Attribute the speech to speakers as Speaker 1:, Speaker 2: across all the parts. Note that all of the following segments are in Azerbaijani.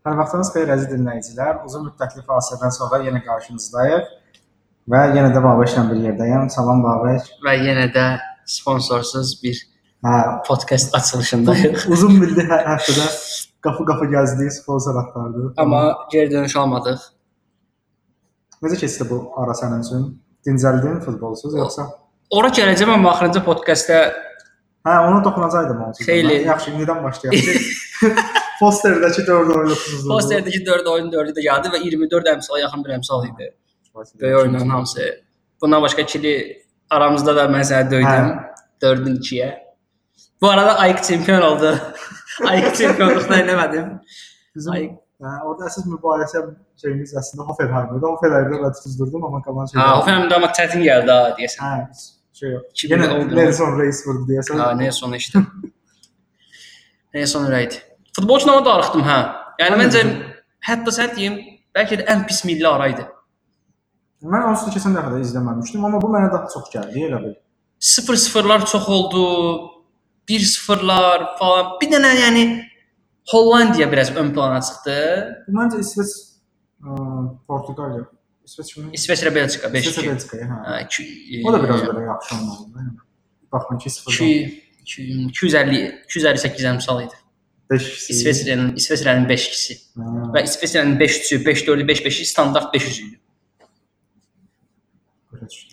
Speaker 1: Hər vaxtınız xeyir əziz dinləyicilər. Uzun müddətli fasilədən sonra yenə qarşınızdayıq və yenə də Babəklə bir yerdəyəm. Salam Babək.
Speaker 2: və yenə də sponsorsuz bir
Speaker 1: Hə,
Speaker 2: podkast açılışındayıq.
Speaker 1: uzun müddət hə- həftədə qapı-qapı gəzdik, sponsor axtardıq.
Speaker 2: Amma geri dönüş almadıq.
Speaker 1: necə keçdi bu ara sənin üçün? Dincəldin futbolsuz yoxsa?
Speaker 2: Ora gələcəm amma axırıncı podkastda
Speaker 1: Hə, ona toxunacaqdım onun üçün.
Speaker 2: Xeyli.
Speaker 1: Yaxşı, indidən başlayaq. Posterdəki 4 oyunçusuzluq.
Speaker 2: posterdəki 4 oyun 4-ü də gəldi və 24 əmsala yaxın bir əmsal idi. Böyük oyunların hamısı. Bundan başqa ikili aramızda da mən səni döydüm. 4-ün 2-yə. Bu arada Ayk çempion oldu. Ayk çempionluqda eləmədim.
Speaker 1: Bizim
Speaker 2: Ay-
Speaker 1: hə, orada əsas mübahisə şeyimiz əslində Hoffenheimdir. Hoffenheimdə və tutuzdurdum amma qalan şey.
Speaker 2: Ha, Hoffenheimdə amma çətin gəldi ha deyəsən.
Speaker 1: Hə, şey yox.
Speaker 2: Kim
Speaker 1: Yenə
Speaker 2: oldu?
Speaker 1: Nelson Reis vurdu deyəsən.
Speaker 2: Ha, Hə, nə sonra işdə. Nə sonra rəydi. Futbolçuna da darıxdım hə.
Speaker 1: Mən
Speaker 2: Yəni
Speaker 1: də
Speaker 2: məncə
Speaker 1: bizim-
Speaker 2: hətta sən deyim, bəlkə də ən pis milli ara idi.
Speaker 1: Mən onsuz da keçən dəfə də izləməmişdim, amma bu mənə daha çox gəldi elə bil.
Speaker 2: 0-0-lar çox oldu. 1-0-lar falan. Bir dənə yəni Hollandiya biraz ön plana çıxdı.
Speaker 1: Bu Məncə İsveç ə, Portuqaliya. İsveç kimi?
Speaker 2: İsveçrə Belçika 5-2.
Speaker 1: Belçika, hə.
Speaker 2: Hə, iki-
Speaker 1: O da biraz belə yaxşı oynadı. Baxın 2-0.
Speaker 2: 2 250 258 əmsal idi.
Speaker 1: 5
Speaker 2: İsveçrənin İsveçrənin 5-2-si və İsveçrənin 5-3-ü, 5-4-ü, 5-5-i standart 5-3-ü idi.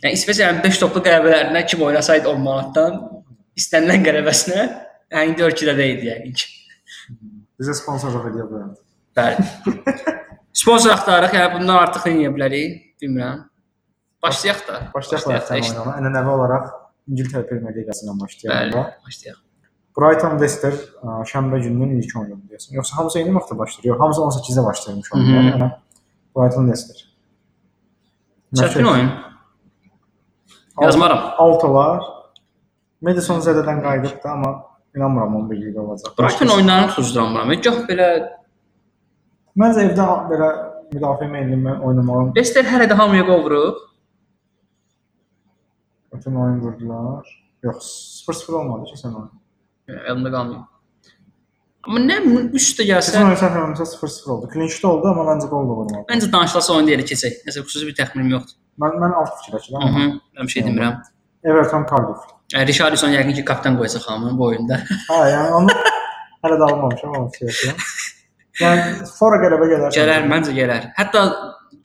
Speaker 2: Yəni İsveçrənin 5 toplu qələbələrinə kim oynasaydı 10 manatdan istənilən qələbəsinə yəni 4-2-də idi yəni ki.
Speaker 1: Bizə sponsorluq edə bilərdi.
Speaker 2: Bəli. Sponsor axtarırıq, yəni bundan artıq nə edə bilərik, bilmirəm. Başlayaq da.
Speaker 1: Başlayaq
Speaker 2: heç-
Speaker 1: layihəyə. Ənənəvi olaraq İngiltərə Premyer Liqasından
Speaker 2: Bəli,
Speaker 1: başlayanda
Speaker 2: başlayaq.
Speaker 1: Brighton Leicester ə, şənbə gününün ilk oyunu deyəsən. Yoxsa hamısı eyni vaxtda başlayır. Yox, hamısı 18-də başlayırmış
Speaker 2: Mhm.
Speaker 1: onlar. Hə. Brighton Leicester.
Speaker 2: Çətin oyun. Yazmaram.
Speaker 1: Altolar. Madison zədədən qayıdıb da, amma inanmıram onun birlikdə olacaq.
Speaker 2: Brighton oyunlarını tuzduramıram. Gah belə
Speaker 1: Məncə evdə belə müdafiə meyilli oynamağı
Speaker 2: Leicester hələ də hamıya qol vurub.
Speaker 1: bütün oyun vurdular. Yox, 0-0 olmadı ki sən oyun.
Speaker 2: Əlimdə qalmayıb. Amma nə üstə gəlsə,
Speaker 1: Sizin oyun səhv eləmirəmsə 0-0 oldu. Klinçdə oldu, amma məncə qol da vurmadı.
Speaker 2: məncə danışılsa oyun deyəli keçək. Nəsə xüsusi bir təxminim yoxdur.
Speaker 1: Mən mən alt fikirləşirəm.
Speaker 2: Mhm,
Speaker 1: amma
Speaker 2: mən bir şey demirəm.
Speaker 1: Everton Cardiff.
Speaker 2: Yəni Richarlison yəqin ki, kapitan qoyacaq hamı bu oyunda.
Speaker 1: Hə, yəni onu hələ də almamışam, amma fikirləşirəm. Yəni fora qələbə gələr.
Speaker 2: Gələr, məncə gələr. Hətta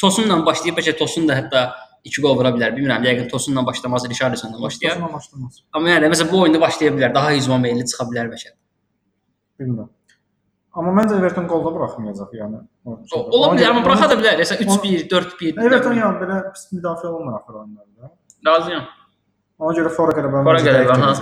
Speaker 2: Tosunla başlayıb bəlkə Tosun da hətta 2 qol vura bilər. Bilmirəm, yəqin Tosunla başlamaz, Richarlisonla başlayar.
Speaker 1: Başlayaq. Başlamaz.
Speaker 2: Amma yəni məsələn bu oyunda başlaya bilər, daha hücuma meylli çıxa bilər bəlkə.
Speaker 1: Bilmirəm. Amma məncə Everton qolda buraxmayacaq, yəni. O-
Speaker 2: O- Ola bilər, amma buraxa da bilər. Məsələn
Speaker 1: Ona-
Speaker 2: 3-1, 4-1.
Speaker 1: Everton yəni belə pis müdafiə olmur axır oyunlarda.
Speaker 2: Razıyam.
Speaker 1: Ona görə fora qələbə
Speaker 2: Fora qələbə, ha.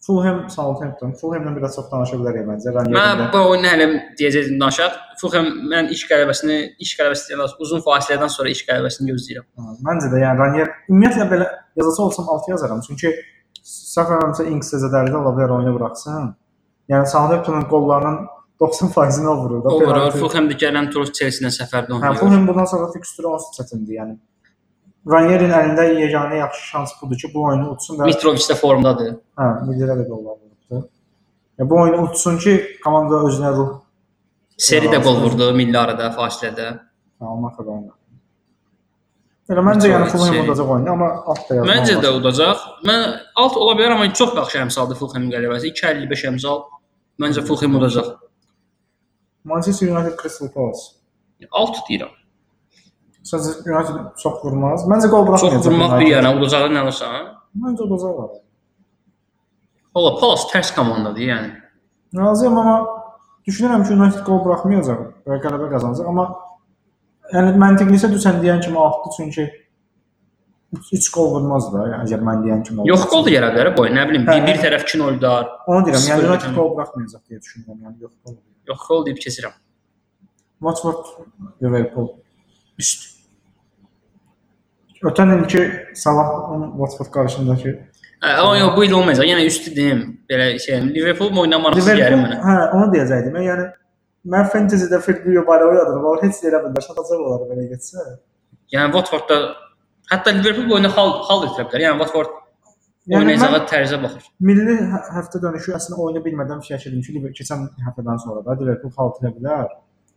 Speaker 1: Fulham Southampton. Fulhamdan biraz çox danışa bilərik məncə. Rəngə
Speaker 2: Mən
Speaker 1: görə.
Speaker 2: bu oyunu hələ deyəcəyəm danışaq. Fulham mən iş qələbəsini, iş qələbəsi deyəndə uzun fasilədən sonra iş qələbəsini gözləyirəm.
Speaker 1: Ha, Məncə də yəni Ranier ümumiyyətlə belə yazısı olsam 6 yazaram. Çünki Southampton Inks zədələrdə ola bilər oyunu buraxsın. Yəni Southamptonun qollarının 90%-ni o vurur da.
Speaker 2: O vurur.
Speaker 1: penaltı.
Speaker 2: Fulham da gələn tur Chelsea-lə səfərdə
Speaker 1: Hə,
Speaker 2: oynayır.
Speaker 1: Fulham bundan sonra fikstürü onsuz çətindir, yəni. Ranierin əlində yeganə yaxşı şans budur ki, bu oyunu utsun və
Speaker 2: Mitrovic də formdadır.
Speaker 1: hə, millidə də qollar vurubdu. Yəni bu oyunu utsun ki, komanda özünə ruh
Speaker 2: Seri də qol vurdu milli arada fasilədə.
Speaker 1: almaq qadar. Elə məncə yəni Fulham udacaq oyunu, amma alt da yazmaq.
Speaker 2: Məncə də udacaq. Mən alt ola bilər amma çox yaxşı əmsaldır Fulham qələbəsi. 255 əmsal. Məncə Fulham udacaq.
Speaker 1: Manchester United Crystal Palace.
Speaker 2: Alt deyirəm.
Speaker 1: Sizcə United çox vurmaz. Məncə qol
Speaker 2: Çox
Speaker 1: buraxmayacaq.
Speaker 2: vurmaq bir
Speaker 1: United.
Speaker 2: yana udacaqda nə alırsan?
Speaker 1: Məncə udacaqlar.
Speaker 2: Ola Palace tərs komandadır yəni.
Speaker 1: Razıyam amma düşünürəm ki, United qol buraxmayacaq və qələbə qazanacaq, amma yəni məntiqlisə düşən deyən kimi altdı çünki 3 qol vurmaz da, yəni əgər mən deyən kimi.
Speaker 2: Yox qol da yerə bilər boy, nə bilim, bir,
Speaker 1: Hə.
Speaker 2: bir tərəf 2 0 dar.
Speaker 1: Onu deyirəm, yəni
Speaker 2: Sıfır
Speaker 1: United
Speaker 2: yəni.
Speaker 1: qol buraxmayacaq deyə düşünürəm, yəni yox qol.
Speaker 2: Yox qol deyib keçirəm.
Speaker 1: Watford Liverpool.
Speaker 2: Üst.
Speaker 1: Ötən ilki Salahın Watford qarşısındakı
Speaker 2: Ə, Hə, Amma yox bu il olmayacaq. Yenə üst deyim. Belə şey Liverpool oynamaqsız gəlir
Speaker 1: Liverpool,
Speaker 2: mənə.
Speaker 1: hə, onu deyəcəydim. Yəni mən fantasy-də Firmino barədə oynadım, amma heç yerə bilmədim, şatacaq olar belə getsə.
Speaker 2: Yəni Watfordda hətta Liverpool oyunu hal hal edə bilər. Yəni Watford
Speaker 1: Yəni
Speaker 2: oynayacağı tərzə baxır.
Speaker 1: Milli hə- şey həftə dönüşü əslində oyunu bilmədən fikirləşirdim ki, Liver- keçən həftədən sonra da Liverpool xaltına bilər.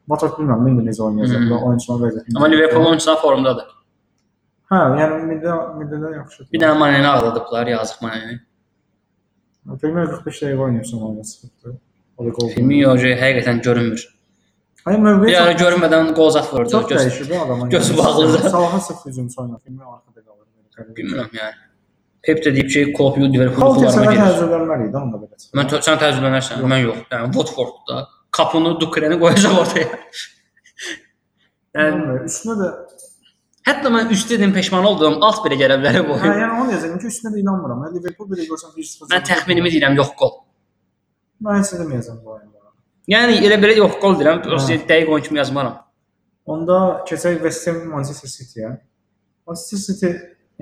Speaker 1: Matat bilmirəm, indi necə oynayacaq
Speaker 2: Hmm.
Speaker 1: və oyunçuların vəziyyəti.
Speaker 2: Amma Liverpool oyuncular formdadır.
Speaker 1: Hə, yəni middə middədə yaxşıdır.
Speaker 2: Bir dənə Maneni ağladıblar, yazıq Maneni.
Speaker 1: Premier 45 dəqiqə oynayırsan oyuna çıxıbdı. O da qol.
Speaker 2: Firmino hoca həqiqətən görünmür.
Speaker 1: Ay mövqe
Speaker 2: Bir ara görünmədən qol zat
Speaker 1: çox,
Speaker 2: vurdu.
Speaker 1: çox
Speaker 2: Göz-
Speaker 1: dəyişir bu adamın.
Speaker 2: gözü bağlıdır.
Speaker 1: Salaha sıf hücumçu oynayır. Firmino arxada qalır.
Speaker 2: Bilmirəm yəni. Pep də deyib ki, Klopp Liverpool
Speaker 1: Kol keçənə
Speaker 2: klublarına gedir.
Speaker 1: təcrübələnməli idi onda belə.
Speaker 2: Mən tə- sən təcrübələnirsən, mən yox. Yəni Watfordda Kapunu, Dukreni qoyacaq ortaya. yəni
Speaker 1: Yəni üstünə də
Speaker 2: hətta mən üst dedim peşman oldum, alt belə gələ bilər bu.
Speaker 1: hə, yəni onu deyəcəm ki, üstünə də inanmıram. Hə, Hani Liverpool belə görsən 1-0.
Speaker 2: Mən təxminimi deyirəm, yox gol.
Speaker 1: Mən heç nə deməyəcəm bu oyunda.
Speaker 2: Yəni elə belə yox gol deyirəm,
Speaker 1: Hə.
Speaker 2: prosta dəqiq 12 kimi yazmaram.
Speaker 1: Onda keçək West Ham Manchester City-yə. Manchester City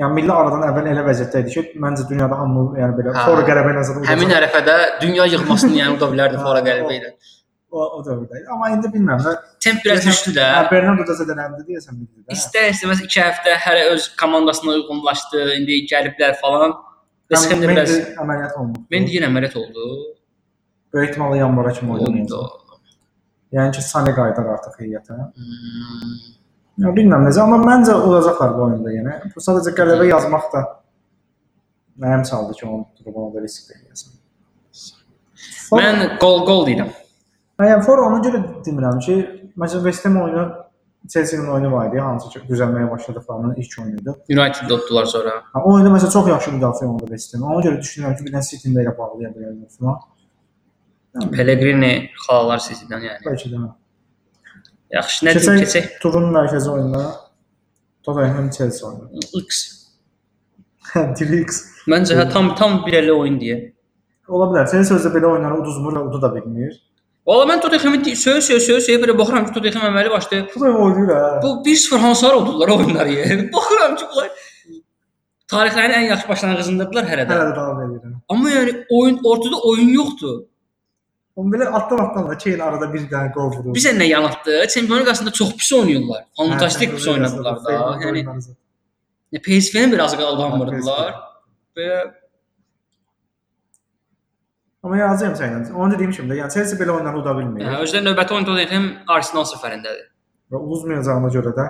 Speaker 1: yəni milli aradan əvvəl elə vəziyyətdə idi ki, məncə şey, dünyada hamı yəni belə
Speaker 2: Hə.
Speaker 1: sonra qələbə nəzərdə tutur.
Speaker 2: Həmin ərəfədə dünya yığmasını yəni uda bilərdi fora qələbə ilə.
Speaker 1: o, o dövrdə. idi. Amma indi bilmirəm də.
Speaker 2: Temp biraz düşdü də.
Speaker 1: Hə, Bernardo da zədələndi deyəsən
Speaker 2: Hə.
Speaker 1: bildi də.
Speaker 2: İstər istəməz 2 həftə hər öz komandasına uyğunlaşdı, indi gəliblər falan. Biz
Speaker 1: Həm
Speaker 2: həm də biraz
Speaker 1: Mendy əməliyyat olundu.
Speaker 2: Mendi yenə əməliyyat oldu.
Speaker 1: böyük ehtimalla yanvara kimi
Speaker 2: Oldu.
Speaker 1: oynayacaq. Yəni ki, Sane qayıdar artıq heyətə.
Speaker 2: Hmm.
Speaker 1: Ya bilmirəm necə, amma məncə olacaqlar bu oyunda yenə. Bu sadəcə qələbə yazmaq da mənim saldı ki, onu durub ona da risk verirsən.
Speaker 2: Mən gol gol deyirəm.
Speaker 1: yəni for ona görə demirəm ki, məsələn West Ham oyunu Chelsea-nin oyunu var idi, hansı ki, düzəlməyə başladıqlarının ilk oyunu idi.
Speaker 2: United utdular sonra.
Speaker 1: Ha, o oyunda məsələn çox yaxşı müdafiə oldu West Ham. Ona görə düşünürəm ki, bir dənə City-ni də elə bağlaya bilər Mufna.
Speaker 2: Pellegrini xalalar sizdən yəni.
Speaker 1: Bəlkə də. hə.
Speaker 2: Yaxşı, nə deyim keçək?
Speaker 1: turun mərkəzi oyununa Tottenham Chelsea oyunu.
Speaker 2: X.
Speaker 1: Dirix.
Speaker 2: Məncə hə, tam tam bir elə oyun deyə.
Speaker 1: Ola bilər. Sənin sözdə belə oyunlara uduzmur və udu da bilmir.
Speaker 2: Valla mən Tottenham'ı söyə söyə söyə söyə belə baxıram ki, Tottenham əməli başlayıb.
Speaker 1: Bu da oynayır ha.
Speaker 2: Bu 1-0 hansılar oldular oyunları. Baxıram ki, bunlar tarixlərin ən yaxşı başlanğıcındadırlar hələ də.
Speaker 1: Hələ də davam edir.
Speaker 2: Amma yəni oyun ortada oyun yoxdur.
Speaker 1: Onu belə atdan atdan da Kane arada bir dənə qol vurur.
Speaker 2: Bizə nə yanatdı? Çempionlar qasında çox pis oynayırlar.
Speaker 1: Hə,
Speaker 2: Fantastik pis
Speaker 1: Fernando
Speaker 2: oynadılar da.
Speaker 1: Fernando
Speaker 2: Yəni
Speaker 1: oynadı.
Speaker 2: PSV-ni biraz qaldanmırdılar. Belə
Speaker 1: Amma yazıram sənə. Onu da demişəm də, yəni Chelsea belə oyunlara uda bilmir
Speaker 2: yəni, özləri növbəti oyun Tottenham Arsenal səfərindədir.
Speaker 1: və uduzmayacağına görə də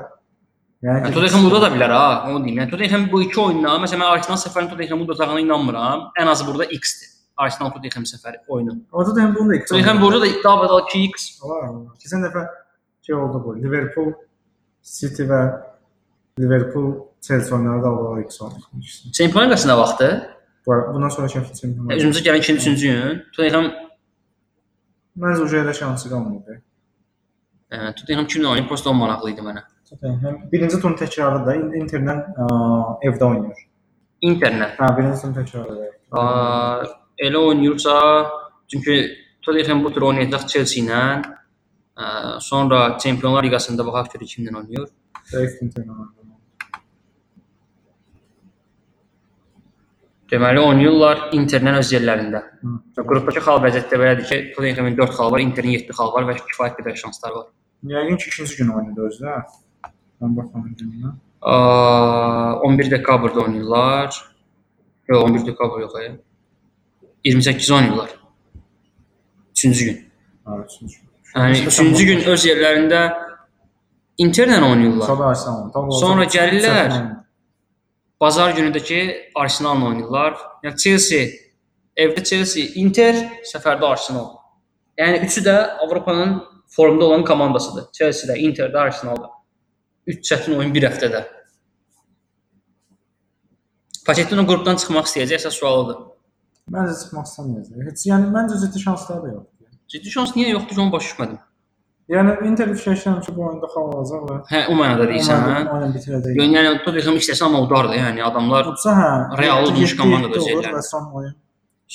Speaker 1: yəni
Speaker 2: Yəni Tottenham uda da bilər ha, onu deyim. Yəni Tottenham bu iki oyunla, məsələn mən Arsenal səfərinin Tottenham udacağına inanmıram. Ən azı burada X-dir. Arsenal Tottenham səfəri oyunu.
Speaker 1: orada da həm bunu da iqtisad-
Speaker 2: Tottenham burada da iddia badal 2x
Speaker 1: Ola, ola. Keçən dəfə şey oldu bu. Liverpool City və Liverpool Chelsea oyunları da oldu ikisi oldu.
Speaker 2: Çempionlar qasında vaxtı.
Speaker 1: Bu bundan sonra şəxsi çempion.
Speaker 2: Özümüzə gələn ikinci, üçüncü gün Tottenham
Speaker 1: Məncə Ujeda şansı qalmadı.
Speaker 2: e, Tottenham kimlə oynayır? Prosta 10 maraqlı idi mənə.
Speaker 1: Tottenham birinci turun təkrarı da İn- Interdən ə, evdə oynayır.
Speaker 2: Interlə.
Speaker 1: Hə, birinci turun təkrarı da.
Speaker 2: Ə, Elə oynayırsa, çünki Tottenham bu tur oynayacaq Chelsea ilə. Ə, Sonra Çempionlar Liqasında baxaq görək kimlə oynayır.
Speaker 1: Zəif Interdən oynayır.
Speaker 2: Deməli oynayırlar Interlə öz yerlərində.
Speaker 1: Hı.
Speaker 2: Qrupdakı xal vəziyyətdə belədir ki, Tottenhamın 4 xalı var, Interin 7 xalı var və kifayət qədər şansları var.
Speaker 1: Yəqin ki, ikinci gün oynadı özü də. Mən baxmadım gününə.
Speaker 2: Ə, 11 dekabrda oynayırlar. Yox, 11 dekabr yox, ay. 28 oynayırlar. 3-cü gün.
Speaker 1: Hə, üçüncü gün.
Speaker 2: Yəni 3-cü gün öz yerlərində Interlə oynayırlar.
Speaker 1: Sabah Arsenal. oynadı. Tam
Speaker 2: Sonra
Speaker 1: olacaq.
Speaker 2: gəlirlər.
Speaker 1: Səhv oynadı.
Speaker 2: Bazar günündəki Arsenalla oynayırlar. Yəni Chelsea evdə Chelsea, Inter səfərdə Arsenal. Yəni üçü də Avropanın formda olan komandasıdır. Chelsea-də, Inter-də, Arsenal-da. 3 çətin oyun bir həftədə. Pochettino qrupdan çıxmaq istəyəcək əsas sualıdır.
Speaker 1: Məncə çıxmaq istəməyəcək. Heç yəni məncə ciddi şansları da yoxdur.
Speaker 2: Ciddi şans niyə yoxdur ki, onu başa düşmədim.
Speaker 1: Yəni Inter fikirləşirəm ki, bu oyunda xal olacaq və
Speaker 2: Hə, o mənada deyirsən, hə?
Speaker 1: Oyun bitirəcək.
Speaker 2: Yəni yəni Tottenham istəsə amma udardı, yəni adamlar
Speaker 1: Yoxsa hə.
Speaker 2: Real olmuş
Speaker 1: yeddi-yeddi
Speaker 2: komanda da
Speaker 1: olur
Speaker 2: özü yerlərində.
Speaker 1: Və son oyun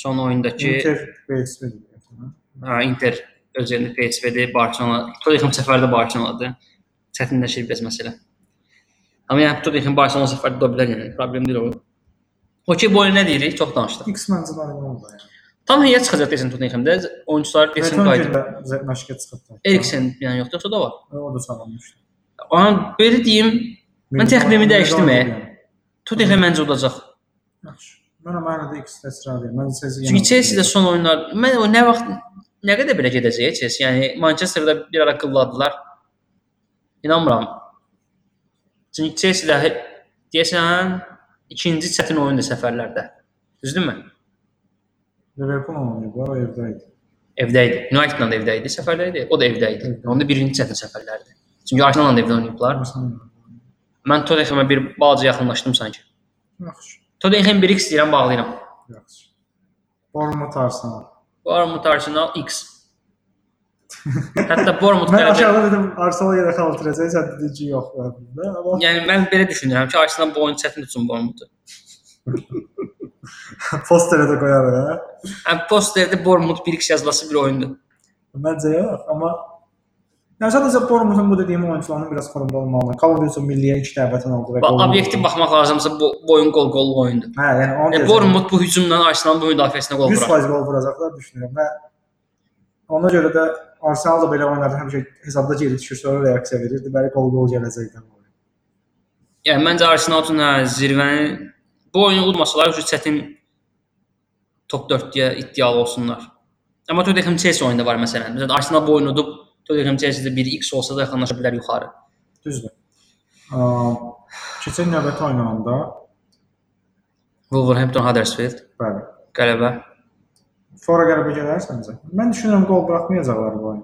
Speaker 2: son oyundakı
Speaker 1: Inter PSV idi.
Speaker 2: Ha, Inter özəlində PSV-də, Barcelona, Tottenham səfərdə Barcelona'dır. Çətinləşir biraz məsələ. Amma yəni Tottenham Barcelona səfərdə ola bilər yəni, problem deyil o. Okey, bu oyun nə deyirik? Çox danışdıq.
Speaker 1: X məncə də olmadı. yəni.
Speaker 2: Tam heyət çıxacaq desən Tottenhamdə, oyunçular desən qayıdır.
Speaker 1: Qayıdıb məşqə çıxdı.
Speaker 2: Eriksen yəni yoxdur, yoxsa da var.
Speaker 1: O da sağlamışdı.
Speaker 2: Amma belə deyim, Mən təxminimi dəyişdim, e. Tottenham məncə udacaq.
Speaker 1: Yaxşı. Mən amma hələ də ikisi də sıra deyil. Mən sizi
Speaker 2: Çünki Chelsea də son oyunlar, mən o nə vaxt nə qədər belə gedəcək Chelsea? Yəni Manchesterda bir ara qılladılar. İnanmıram. Çünki Chelsea də he- deyəsən ikinci çətin oyundur səfərlərdə. Düzdürmü?
Speaker 1: Liverpool oynayıblar, o evdə idi.
Speaker 2: Evdə idi. Unitedla da evdə idi, səfərdə idi. O da evdə idi. Onda birinci çətin səfərlərdir. Çünki Arsenal'la da evdə oynayıblar. Mən Tottenham'a bir balaca yaxınlaşdım sanki.
Speaker 1: Yaxşı,
Speaker 2: Tottenham 1 x deyirəm, bağlayıram.
Speaker 1: yaxşı. Bournemouth Arsenal.
Speaker 2: Bournemouth Arsenal X. Hətta Bournemouth
Speaker 1: Mən
Speaker 2: qələbə
Speaker 1: aşağıda dedim Arsenal yenə xal itirəcək, sən dedin ki, yox. Mən, amma
Speaker 2: Yəni mən belə düşünürəm ki, Arsenal bu oyun çətin üçün Bournemouth.
Speaker 1: Foster'ı da qoyarıq, hə?
Speaker 2: Yəni posterdə Bournemouth 1 x yazılası bir oyundur.
Speaker 1: Məncə yox, amma yəni sadəcə Bournemouthun bu dediyim oyunçularının biraz formda olmalı. Calvert-Lewin milliyə ilk dəvətən oldu və
Speaker 2: Bax,
Speaker 1: qolunu-
Speaker 2: obyektiv baxmaq lazımsa bu, bu oyun qol qollu oyundur.
Speaker 1: Hə, yəni onu
Speaker 2: Yəni
Speaker 1: deyəcəm.
Speaker 2: E, Bournemouth bu hücumla Arsenalın bu müdafiəsinə qol
Speaker 1: 100
Speaker 2: vurar.
Speaker 1: faiz gol vuracaqlar düşünürəm və ona görə də Arsenal da belə oynadı, həmişə hesabda geri düşür, sonra reaksiya verirdi, bəli gol gol gələcəkdi.
Speaker 2: Yəni məncə Arsenal üçün hə, zirvəni bu oyunu udmasalar üçün çətin top 4-yə iddialı olsunlar. Amma Tottenham Chelsea oyunda var məsələn. Məsələn Arsenal bu oyunu udub Tottenham Chelsea-də 1x olsa da yaxınlaşa bilər yuxarı.
Speaker 1: Düzdür. Ə, Keçən növbəti oynananda,
Speaker 2: Wolverhampton Huddersfield
Speaker 1: bəli.
Speaker 2: qələbə.
Speaker 1: Fora qələbə gələrsənsə, mən düşünürəm gol buraxmayacaqlar bu oyun.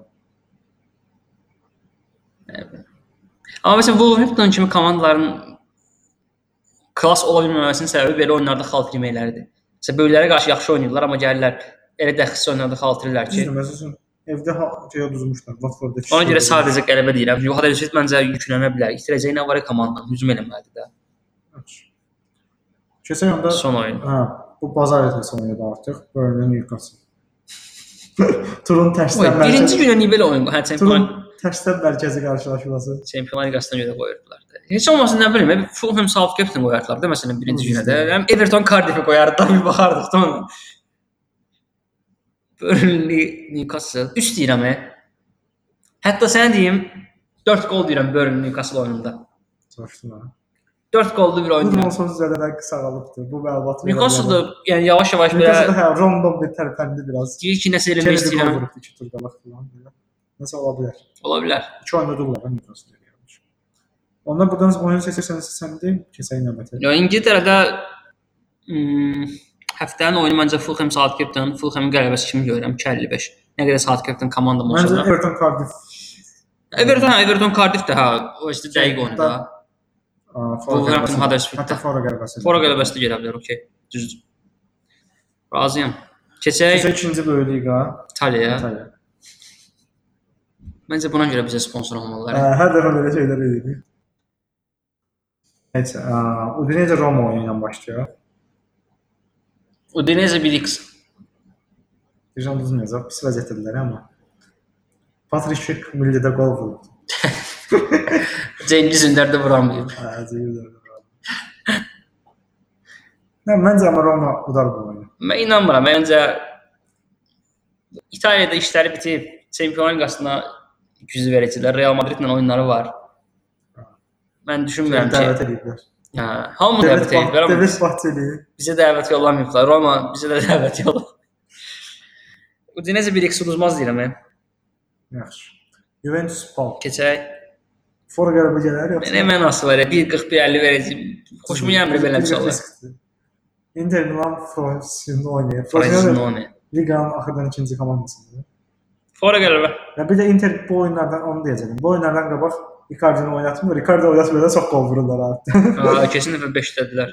Speaker 2: Amma məsələn Wolverhampton kimi komandaların klass ola bilməməsinin səbəbi belə oyunlarda xalt yeməkləridir. Məsələn böyüklərə qarşı yaxşı oynayırlar, amma gəlirlər elə dəxsiz oyunlarda xaltırırlar ki,
Speaker 1: Düzdür, məsəl üçün evdə ha- şey düzmüşlər, Watfordda.
Speaker 2: ona görə sadəcə qələbə deyirəm. Yox, Huddersfield məncə yüklənə bilər. İtirəcəyi nə var komandanın hücum eləməlidir də.
Speaker 1: Keçən onda
Speaker 2: Son oyun.
Speaker 1: hə, bu bazar ertəsi oynadı artıq Burnley Newcastle. Turun
Speaker 2: Oy,
Speaker 1: tərsdən
Speaker 2: birinci günə niyə belə oyun? Hə,
Speaker 1: Turun
Speaker 2: çempionlar
Speaker 1: tərsdən mərkəzi qarşılaşması.
Speaker 2: Çempionlar Liqasına görə qoyurdular. da. Heç olmasa nə bilim, bir Fulham Southampton qoyardılar da məsələn birinci günə də. Həm Everton Cardiff qoyardı da bir baxardıq da ona. Burnley Newcastle 3 deyirəm. e. Hətta sən deyim 4 gol deyirəm Burnley Newcastle oyununda.
Speaker 1: Soruşdular.
Speaker 2: 4 gollu bir oyun.
Speaker 1: Bunun
Speaker 2: deyirəm.
Speaker 1: sonu zədədən qısalıbdır. Bu məlumatı.
Speaker 2: Newcastle da yəni yavaş yavaş
Speaker 1: Newcastle
Speaker 2: belə
Speaker 1: hə, random bir tərpəndi biraz.
Speaker 2: deyir ki, nəsə eləmək
Speaker 1: Kennedy
Speaker 2: istəyirəm.
Speaker 1: vurub iki tur qalaq filan belə. Nəsə ola bilər.
Speaker 2: Ola bilər.
Speaker 1: 2 oyunda dururlar hə, Newcastle gəlmiş. Onlar buradan oyun seçirsən seçsən deyim, keçək növbətə.
Speaker 2: Ya İngiltərədə hmm, həftənin oyunu məncə Fulham Southampton, Fulhamın qələbəsi kimi görürəm 55. Nə qədər Southampton komandam olsa
Speaker 1: Məncə
Speaker 2: da.
Speaker 1: Everton Cardiff e,
Speaker 2: Everton, Everton Cardiff də hə, o işte dəqiq oyunda.
Speaker 1: Aa,
Speaker 2: Wolverhampton
Speaker 1: qələbəsi.
Speaker 2: Huddersfield.
Speaker 1: Hətta Fora qələbəsi.
Speaker 2: Fora qələbəsi də gələ bilər, okey. Düzdür. Razıyam. Keçək
Speaker 1: Keçək ikinci böyük liqa.
Speaker 2: İtaliyaya.
Speaker 1: İtaliya.
Speaker 2: Məncə buna görə bizə sponsor olmalılar.
Speaker 1: Ə, Hər dəfə belə şeylər edirik. Heç, ə, e, Udinese Roma oyunu ilə başlayır.
Speaker 2: Udinese 1x.
Speaker 1: Dijon düzməyəcək, pis vəziyyətdədirlər amma. Patrick Schick millidə qol vurdu.
Speaker 2: Cengiz Ündər də vuramayıb.
Speaker 1: Əzizlər. Nə məncə amma Roma udar bu oyunu.
Speaker 2: Mən inanmıram. Məncə İtaliyada işləri bitib Çempionlar Liqasına güc verəcəklər. Real Madridlə oyunları var. Mən düşünmürəm ki,
Speaker 1: Dəvət ediblər.
Speaker 2: hə, hamı dəvət
Speaker 1: Dəvət
Speaker 2: ediblər, amma
Speaker 1: Dəvət Bahçeli.
Speaker 2: bizə dəvət yollamayıblar. Roma bizə də dəvət yolladı. Udinese 1x uduzmaz deyirəm. hə. mən.
Speaker 1: Yaxşı. Juventus Pal.
Speaker 2: Keçək.
Speaker 1: Fora qələbə gələr yoxsa?
Speaker 2: Mənə mənası var. hə? 1.41.50 verəcəm. Xoşuma gəlmir belə bir şey olar.
Speaker 1: Inter Milan Frosinone oynayır. Frosinone
Speaker 2: Frosinone.
Speaker 1: liqanın axırdan ikinci komandasıdır.
Speaker 2: Fora qələbə.
Speaker 1: Və bir də Inter bu oyunlardan onu deyəcəm. Bu oyunlardan qabaq Icardi'ni oynatmır. Icardi oynatmadan çox qol vururlar artıq.
Speaker 2: Ha, Keçən dəfə 5 dedilər.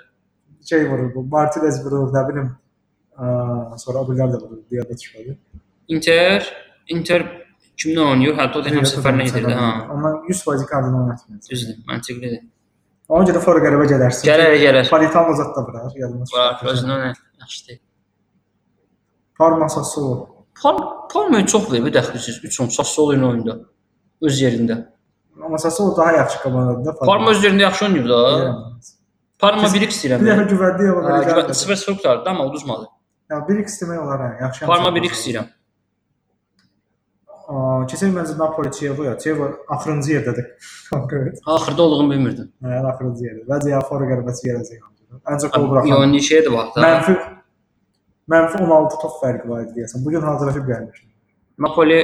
Speaker 1: şey vurur bu. Martinez vurur ne bileyim. Aa, sonra öbürler de vurur diye de çıkmadı.
Speaker 2: Inter, Inter kimlə oynayır? Hətta o da həm səfərinə gedirdi. Ha.
Speaker 1: Ama 100 faiz kardını oynatmıyor.
Speaker 2: Düzdür, məntiqlidir.
Speaker 1: Onun da fora qəribə gələrsin.
Speaker 2: Gələr, gələr.
Speaker 1: Palitan uzat da bırak. Yadımda
Speaker 2: Var, Frosinone yaxşıdır.
Speaker 1: Parma Sassuolo.
Speaker 2: Pal Palmaya çox verib dəxilsiz 3 10 Sassuolo ilə oyunda öz yerində.
Speaker 1: Ama Sassuolo daha yaxşı komandadır da.
Speaker 2: Parma öz yerində yaxşı oynayır da. Parma 1x istəyirəm.
Speaker 1: Bir dəfə
Speaker 2: mən.
Speaker 1: güvəndi
Speaker 2: Ha,
Speaker 1: yola belə
Speaker 2: güvən-
Speaker 1: gəlmədi.
Speaker 2: 0-0 qurtardı amma uduzmadı.
Speaker 1: Ya 1x demək olar hə, yaxşı.
Speaker 2: Parma 1x istəyirəm.
Speaker 1: Keçən məncə Napoli Chievo ya. Chievo axırıncı yerdədir. Konkret.
Speaker 2: Axırda olduğunu bilmirdim.
Speaker 1: Hə, axırıncı yerdə. Bəlkə ya fora qəribəsi gələcək. Ancaq qol buraxan.
Speaker 2: Yəni şey də var da.
Speaker 1: Mənfi mənfi 16 top fərqi var idi deyəsən. Bu gün hazırlaşıb gəlmişəm.
Speaker 2: Napoli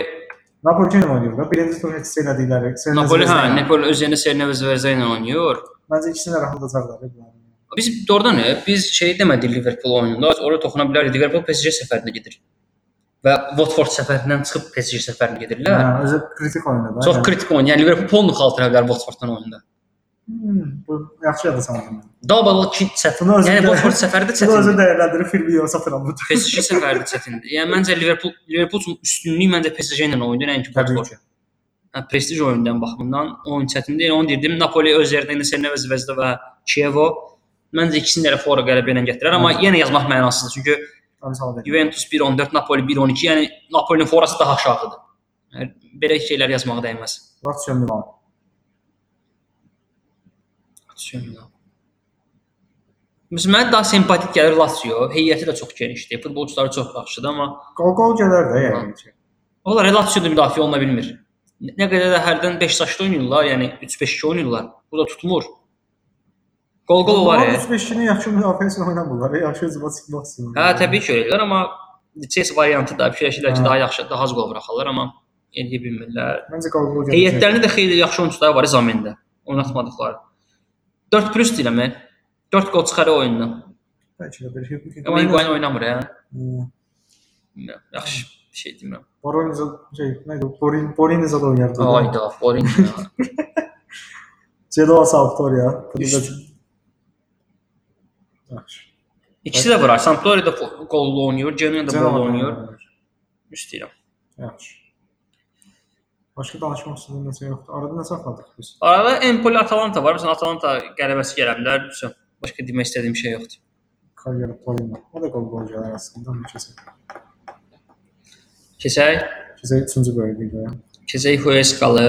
Speaker 1: Napoli yenə oynayır da. Birinci turun ikisi elədikləri. Selena
Speaker 2: Napoli hə,
Speaker 1: Zvezda ilə.
Speaker 2: Napoli öz yerində Serneves Verza ilə oynayır.
Speaker 1: Məncə ikisini də rahatlayacaqlar. bu oyunu.
Speaker 2: Biz doğrudan ya, biz şey demədik Liverpool oyununda, az ora toxuna bilərdik. Liverpool PSG səfərinə gedir. Və Watford səfərindən çıxıb PSG səfərinə
Speaker 1: Hə,
Speaker 2: gedirlər.
Speaker 1: özü kritik oynadı.
Speaker 2: Çox kritik oyun. Yəni Liverpool pullunu xaltıra bilər Watforddan oyunda.
Speaker 1: Hmm, Bu yaxşı yada sanırım.
Speaker 2: Double kit çətin.
Speaker 1: Bunu özü
Speaker 2: Yəni
Speaker 1: də-
Speaker 2: Watford səfəri
Speaker 1: Bu
Speaker 2: də
Speaker 1: özü
Speaker 2: çətindir.
Speaker 1: dəyərləndirir Firmino satın aldı.
Speaker 2: PSG səfəri də çətindir. Yəni məncə Liverpool Liverpool üçün üstünlük məncə PSG ilə oyunda nəinki
Speaker 1: Təbii
Speaker 2: Watford. Yəni prestij oyunundan baxımından oyun çətindir. Yəni onu deyirdim. Napoli öz yerində indi Senne və Zvezda və Kievo məncə ikisini də fora qələbə ilə gətirər, amma yenə yazmaq mənasızdır. Çünki
Speaker 1: Misal verir.
Speaker 2: Juventus 1-14, Napoli 1-12. Yəni Napolinin forası daha aşağıdır. Yəni, belə şeylər yazmağa dəyməz.
Speaker 1: Lazio Milan.
Speaker 2: Biz mənə daha simpatik gəlir Lazio. Heyəti də çox genişdir. Futbolçuları çox yaxşıdır, amma
Speaker 1: Qol qol gələr də yəni. ki.
Speaker 2: onlar Lazio-da müdafiə oluna bilmir. Nə qədər də hərdən 5 saçlı oynayırlar, yəni 3-5-2 oynayırlar. Bu da tutmur. Qol-qol var.
Speaker 1: Bunlar
Speaker 2: yəni.
Speaker 1: 35-ini yaxşı müdafiəsi oynamırlar. Yaxşı özü basitmasın.
Speaker 2: Hə, təbii ki, eləyirlər, amma Chelsea variantı da fikirləşirlər ki,
Speaker 1: Hə.
Speaker 2: daha yaxşı, daha az qol buraxarlar, amma eləyə bilmirlər.
Speaker 1: Məncə qol qol gələr.
Speaker 2: Heyətlərində də xeyli yaxşı oyunçular var Zamendə. Oynatmadıqları. 4 plus deyirəm. mən. 4 qol çıxarır oyundan.
Speaker 1: Bəlkə də bir hüquq.
Speaker 2: Amma Higuain oynamır ha.
Speaker 1: Hmm.
Speaker 2: Bilmirəm. Yaxşı bir şey demirəm.
Speaker 1: Borinizə şey, nədir? Borin Borinizə də oynardı.
Speaker 2: Ayda, Forin.
Speaker 1: Cedoa Sampdoria.
Speaker 2: Üst.
Speaker 1: Yaxşı.
Speaker 2: İkisi də var. Sampdoria da fo- qollu oynayır, Genoa da
Speaker 1: Cedoa
Speaker 2: qollu
Speaker 1: da
Speaker 2: oynayır. İstəyirəm.
Speaker 1: Yaxşı. Başqa danışmaq istədiyim nəsə yoxdur. Arada nə saxladıq biz?
Speaker 2: Arada Empoli Atalanta var. Bizim Atalanta qələbəsi gələ bilər. Bütün. Başqa demək istədiyim şey yoxdur.
Speaker 1: Kalyari Polina. O da qol qol gələr əslində. amma Keçək.
Speaker 2: Keçək.
Speaker 1: Keçək 3-cü bölgəyə. görə.
Speaker 2: Keçək Huescalı.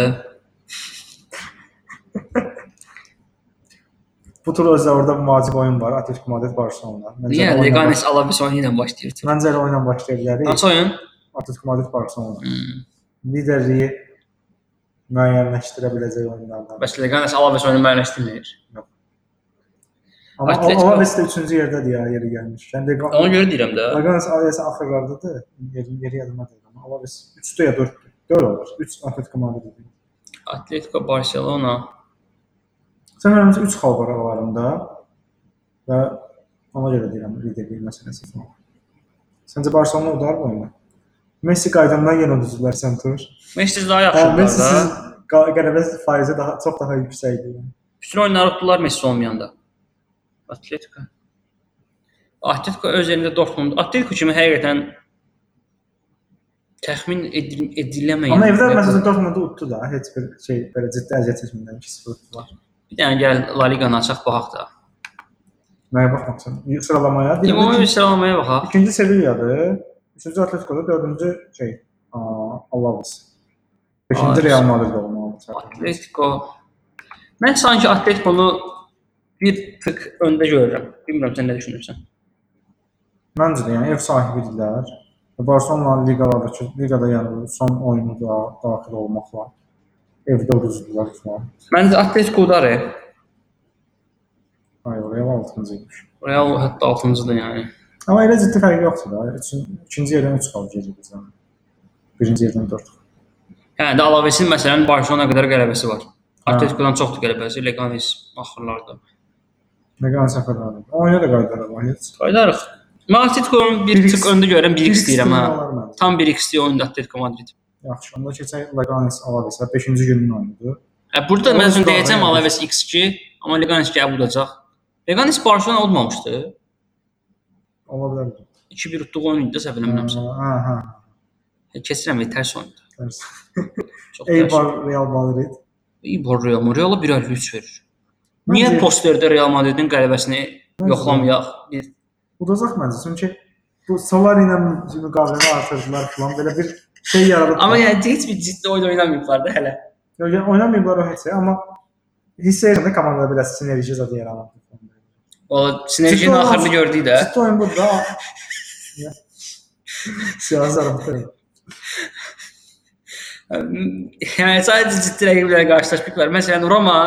Speaker 1: Bu tur özdə orada bir vacib oyun var. Atletico Madrid Barcelona. Məncə
Speaker 2: Niyə
Speaker 1: elə oyuna baş-
Speaker 2: Leganes Alaveson ilə başlayır?
Speaker 1: Məncə elə oyunla başlaya bilərik.
Speaker 2: Hansı oyun?
Speaker 1: Atletico Madrid Barcelona.
Speaker 2: Hmm.
Speaker 1: Liderliyi müəyyənləşdirə biləcək oyunlardan.
Speaker 2: Bəs Leganes Alavesonu müəyyənləşdirmir.
Speaker 1: Amma
Speaker 2: Atletico-
Speaker 1: Alaves də 3-cü yerdədir ya, yeri gəlmişkən. Legan-
Speaker 2: Ona görə deyirəm də.
Speaker 1: Leganes Alaves axırlardadır. Yerim yeri yadıma deyil amma Alaves 3-də ya 4-dür. 4 olur. 3 Atletico Madrid.
Speaker 2: Atletico Barcelona.
Speaker 1: Sanırım 3 xal var aralarında və ona görə deyirəm liderlik məsələsi var. Səncə Barcelona udar bu oyunu? Messi qaydandan yenə uduzdular sən tur.
Speaker 2: Messi daha
Speaker 1: Hə,
Speaker 2: yaxşı
Speaker 1: Messi siz
Speaker 2: oynadı.
Speaker 1: qa- qələbə faizi daha çox daha yüksəkdir. yəni.
Speaker 2: Bütün oyunları tutdular Messi olmayanda. Atletico. Atletico öz yerində Dortmund. Atletico kimi həqiqətən təxmin edil ediləməyən.
Speaker 1: Amma evdə məsələn Dortmund uddu da heç bir şey belə ciddi əziyyət çəkmədən 2-0 uddular.
Speaker 2: bir dənə gəl La Liqanı açaq baxaq da.
Speaker 1: Nəyə baxmaqsan? Sıralamaya. Bir-
Speaker 2: Ümumi sıralamaya baxaq.
Speaker 1: İkinci Sevilla'dır. Üçüncü Atletico'da, dördüncü şey, aa, Alaves. Beşinci
Speaker 2: Alaves.
Speaker 1: Real Madrid olmalı.
Speaker 2: Atletico. Mən sanki Atletico-nu bir tık öndə görürəm. Bilmirəm sən nə düşünürsən.
Speaker 1: Məncə də yəni ev sahibidirlər. Və Barcelona liqalardakı liqada yəni son oyunu da daxil olmaqla evdə uduzdular falan.
Speaker 2: Məncə Atletico udar. e.
Speaker 1: Ay, Real 6-cı imiş.
Speaker 2: Real hətta 6-cıdır yəni.
Speaker 1: Amma elə ciddi fərq yoxdur da. Üçün, ikinci yerdən 3 qalıb gedirik yəni. Birinci yerdən 4.
Speaker 2: Yəni də Alavesin məsələn Barcelona qədər qələbəsi var. Atletico-dan çoxdur qələbəsi, Leganes axırlarda.
Speaker 1: Nə qədər səfərlər. Oyuna da qayıdar var heç.
Speaker 2: Qayıdarıq. Mən Atletico-nun bir
Speaker 1: 1x.
Speaker 2: tık öndə görürəm, 1x deyirəm ha.
Speaker 1: oynalar məncə.
Speaker 2: Tam 1x oyunda Atletico Madrid.
Speaker 1: Yaxşı, onda keçək Leganes Alavesə 5-ci günün oyunudur.
Speaker 2: Hə burada
Speaker 1: Onun
Speaker 2: mən sizə
Speaker 1: daha
Speaker 2: deyəcəm
Speaker 1: yəni.
Speaker 2: Alaves x2, amma Leganes gəlib udacaq. Leganes Barcelona olmamışdı.
Speaker 1: Ola bilər.
Speaker 2: 2-1 utduğu oyun idi səhv eləmirəmsə.
Speaker 1: Hə, hə.
Speaker 2: Keçirəm tərs oyunda.
Speaker 1: Tərs.
Speaker 2: Çox tərs.
Speaker 1: Eibar Real Madrid.
Speaker 2: İbor Real Real 1-3 verir. Niyə
Speaker 1: Məncə-
Speaker 2: posterdə Real Madridin qələbəsini
Speaker 1: Məncə-
Speaker 2: yoxlamayaq? Bir
Speaker 1: Udacaq məncə. Çünki bu Solari ilə müqaviləni artırdılar filan belə bir şey yaradıb.
Speaker 2: Amma yəni heç bir ciddi oyun oynamayıblar da hələ.
Speaker 1: Yo, yəni oynamayıblar o heç amma hiss edirəm də komandada belə sinerji zad yaranıb.
Speaker 2: Valla
Speaker 1: Ciddi
Speaker 2: sinerjinin
Speaker 1: olmaz.
Speaker 2: axırını gördük də.
Speaker 1: Ciddi oyun budur da. Ya. Siyasi zarafat.
Speaker 2: Yəni sadəcə ciddi rəqiblərlə qarşılaşmışlar. Məsələn Roma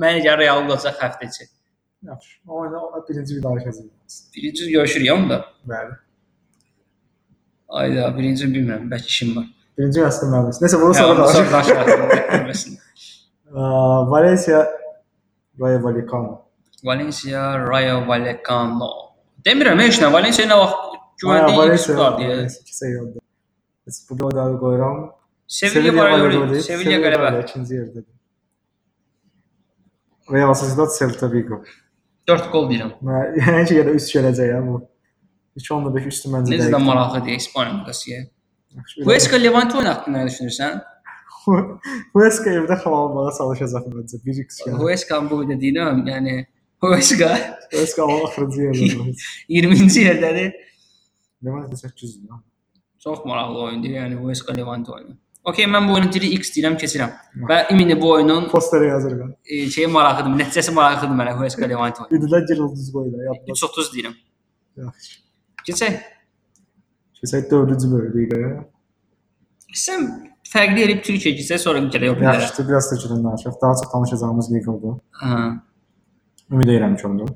Speaker 2: mənə görə Real olacaq həftə içi.
Speaker 1: Yaxşı. O oyunda o birinci bir danışacağıq.
Speaker 2: Birinci görüşürük onda.
Speaker 1: Bəli.
Speaker 2: Ayda birinci bilmirəm, bəlkə işim var.
Speaker 1: Birinci Qasım Məhəmməd. Nəsə bunu
Speaker 2: Hə,
Speaker 1: sonra
Speaker 2: onu
Speaker 1: danışaq.
Speaker 2: sonra danışaq.
Speaker 1: Ə, Valencia Rayo Vallecano.
Speaker 2: Valencia, Rayo Vallecano. Demirəm heç nə. Valencia nə vaxt
Speaker 1: Hə,
Speaker 2: güvəndiyi
Speaker 1: Valencia.
Speaker 2: bir vardı.
Speaker 1: İkisi yolda. Biz bu qolları qoyuram.
Speaker 2: Sevilla Valladolid,
Speaker 1: deyib,
Speaker 2: Sevilla qələbə.
Speaker 1: Valladolid ikinci yerdədir. Real Sociedad Celta Vigo.
Speaker 2: 4 gol deyirəm.
Speaker 1: Mən yəni ki, yerə 3 gələcək ya bu. 2.5 üstü məncə
Speaker 2: Necə də
Speaker 1: dəqiq.
Speaker 2: maraqlıdır İspaniya liqası.
Speaker 1: Yaxşı, bir
Speaker 2: Huesca Levante oyunu haqqında nə düşünürsən?
Speaker 1: Huesca evdə xal almağa çalışacaq məncə. 1x gəlir.
Speaker 2: Huesca bu dediyinə, yəni Huesca
Speaker 1: Huesca alın axırıncı yerdə.
Speaker 2: 20-ci yerdədir.
Speaker 1: Levante 800 lira.
Speaker 2: Çox maraqlı oyundur, yəni Huesca Levante oyunu. Okay, mən bu oyunu 3x deyirəm, keçirəm. Və imini bu oyunun
Speaker 1: Posteri yazır mən.
Speaker 2: e, şeyi maraqlıdır, nəticəsi maraqlıdır mənə Huesca Levante oyunu.
Speaker 1: İdilə girildiz boyda. Yadda.
Speaker 2: 3.30 deyirəm.
Speaker 1: Yaxşı.
Speaker 2: Keçək.
Speaker 1: Keçək 4-cü bölgəyə.
Speaker 2: Sən fərqli elib Türkiyə keçsə sonra gələk bilərəm.
Speaker 1: Yaxşı, biraz da girin danışaq. Daha çox danışacağımız liq oldu.
Speaker 2: Hə.
Speaker 1: Ümid edirəm ki, oldu.